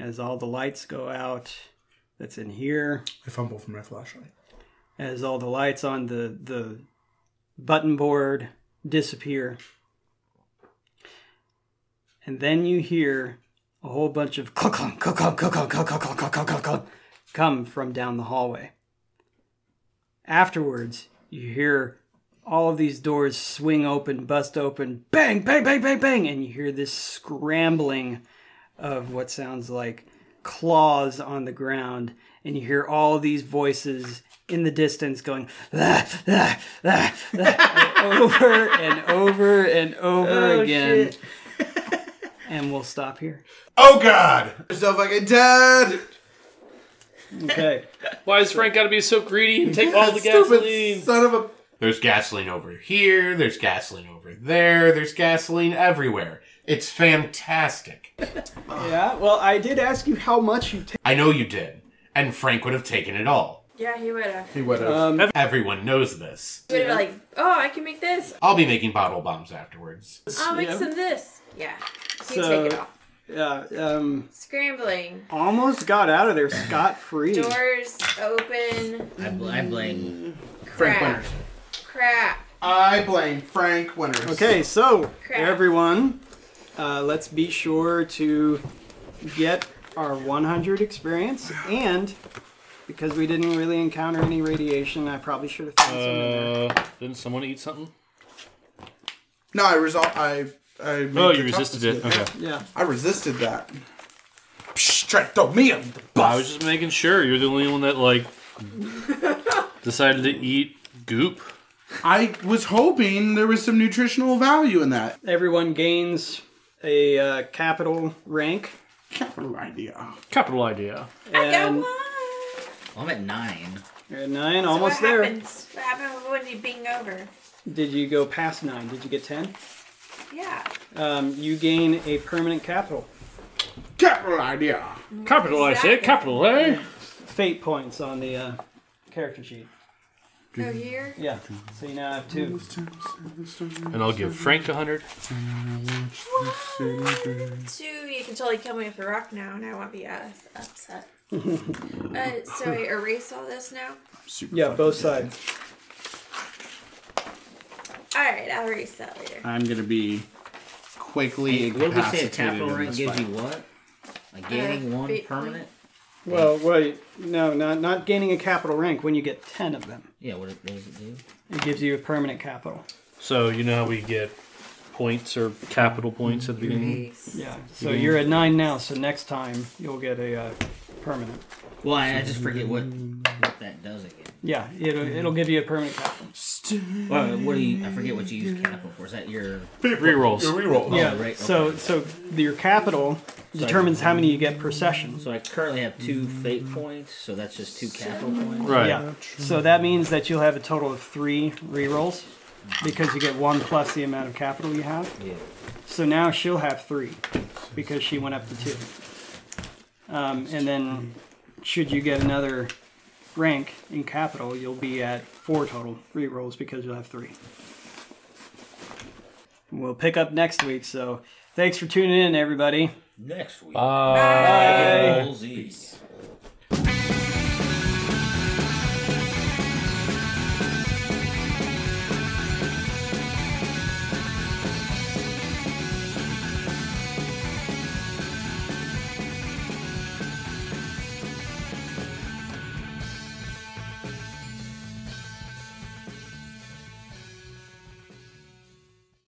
as all the lights go out. That's in here.
I fumble for my flashlight.
As all the lights on the the button board disappear, and then you hear a whole bunch of cluck cluck cluck cluck cluck cluck cluck cluck cluck cluck cluck cluck come from down the hallway. Afterwards, you hear all of these doors swing open, bust open, bang, bang, bang, bang, bang, and you hear this scrambling of what sounds like claws on the ground, and you hear all these voices in the distance going la, la, la, la, *laughs* over and over and over again. *laughs* and we'll stop here.
Oh God! You're so fucking dead.
Okay.
Why has Frank got to be so greedy and *laughs* take all the gasoline?
Son of a.
There's gasoline over here. There's gasoline over there. There's gasoline everywhere. It's fantastic.
yeah, well, I did ask you how much you take.
I know you did, and Frank would have taken it all.
Yeah, he would have.
He would have.
Everyone knows this.
He would have like, oh, I can make this.
I'll be making bottle bombs afterwards.
I'll make
Yeah.
some this. Yeah, he'd
So-
take it all.
Yeah, um,
Scrambling.
almost got out of there scot free.
Doors open.
I, bl- I blame.
Frank
Crap.
Winters.
Crap.
I blame Frank Winters.
Okay, so
Crap.
everyone, uh, let's be sure to get our 100 experience. And because we didn't really encounter any radiation, I probably should have found some in there.
Uh, didn't someone eat something?
No, I resolved. I. I made
Oh, you
the
resisted
toughness
it.
good.
Okay.
Yeah.
I resisted that. Psh, try to throw me on the bus.
I was just making sure you're the only one that like decided to eat goop.
I was hoping there was some nutritional value in that.
Everyone gains a uh, capital rank.
Capital idea.
Capital idea.
Got
And
one.
I'm at nine.
you're at nine, almost
what
there.
Happens? What happened when you bing over?
Did you go past nine? Did you get 10?
Yeah.
Um, you gain a permanent capital.
Capital idea.
Capital, I say. Capital, eh?
Fate points on the uh, character sheet.
Go here.
Yeah, so you now have two.
And I'll give Frank a hundred.
Two, you can totally kill me with a rock now, and I won't be uh, upset. uh, so I erase all this now.
Yeah, both sides.
All right, I'll erase that later.
I'm gonna be quickly
What did we say? A
incapacitated.
capital
in
rank
this
gives
fight.
you what? A gaining
Uh,
one
fate
permanent?
Well, wait, no, not not gaining a capital rank when you get ten of them.
Yeah, what, what does it do?
It gives you a permanent capital.
So you know how we get points or capital points at the beginning.
Yeah. So you're at nine now. So next time you'll get a uh, permanent.
Well, I, I just forget what, what that does again.
Yeah, it'll it'll give you a permanent capital.
Well, what do you? I forget what you use capital for. Is that your?
Rerolls.
Reroll.
yeah.
right,
So so your capital determines how many you get per session.
So I currently have two fate points, so that's just two capital points.
Right.
Yeah. So that means that you'll have a total of three rerolls because you get one plus the amount of capital you have.
Yeah.
So now she'll have three because she went up to two. Um, and then, should you get another rank in capital, you'll be at four total re rolls because you'll have three. We'll pick up next week. So, thanks for tuning in, everybody.
Next week.
Bye.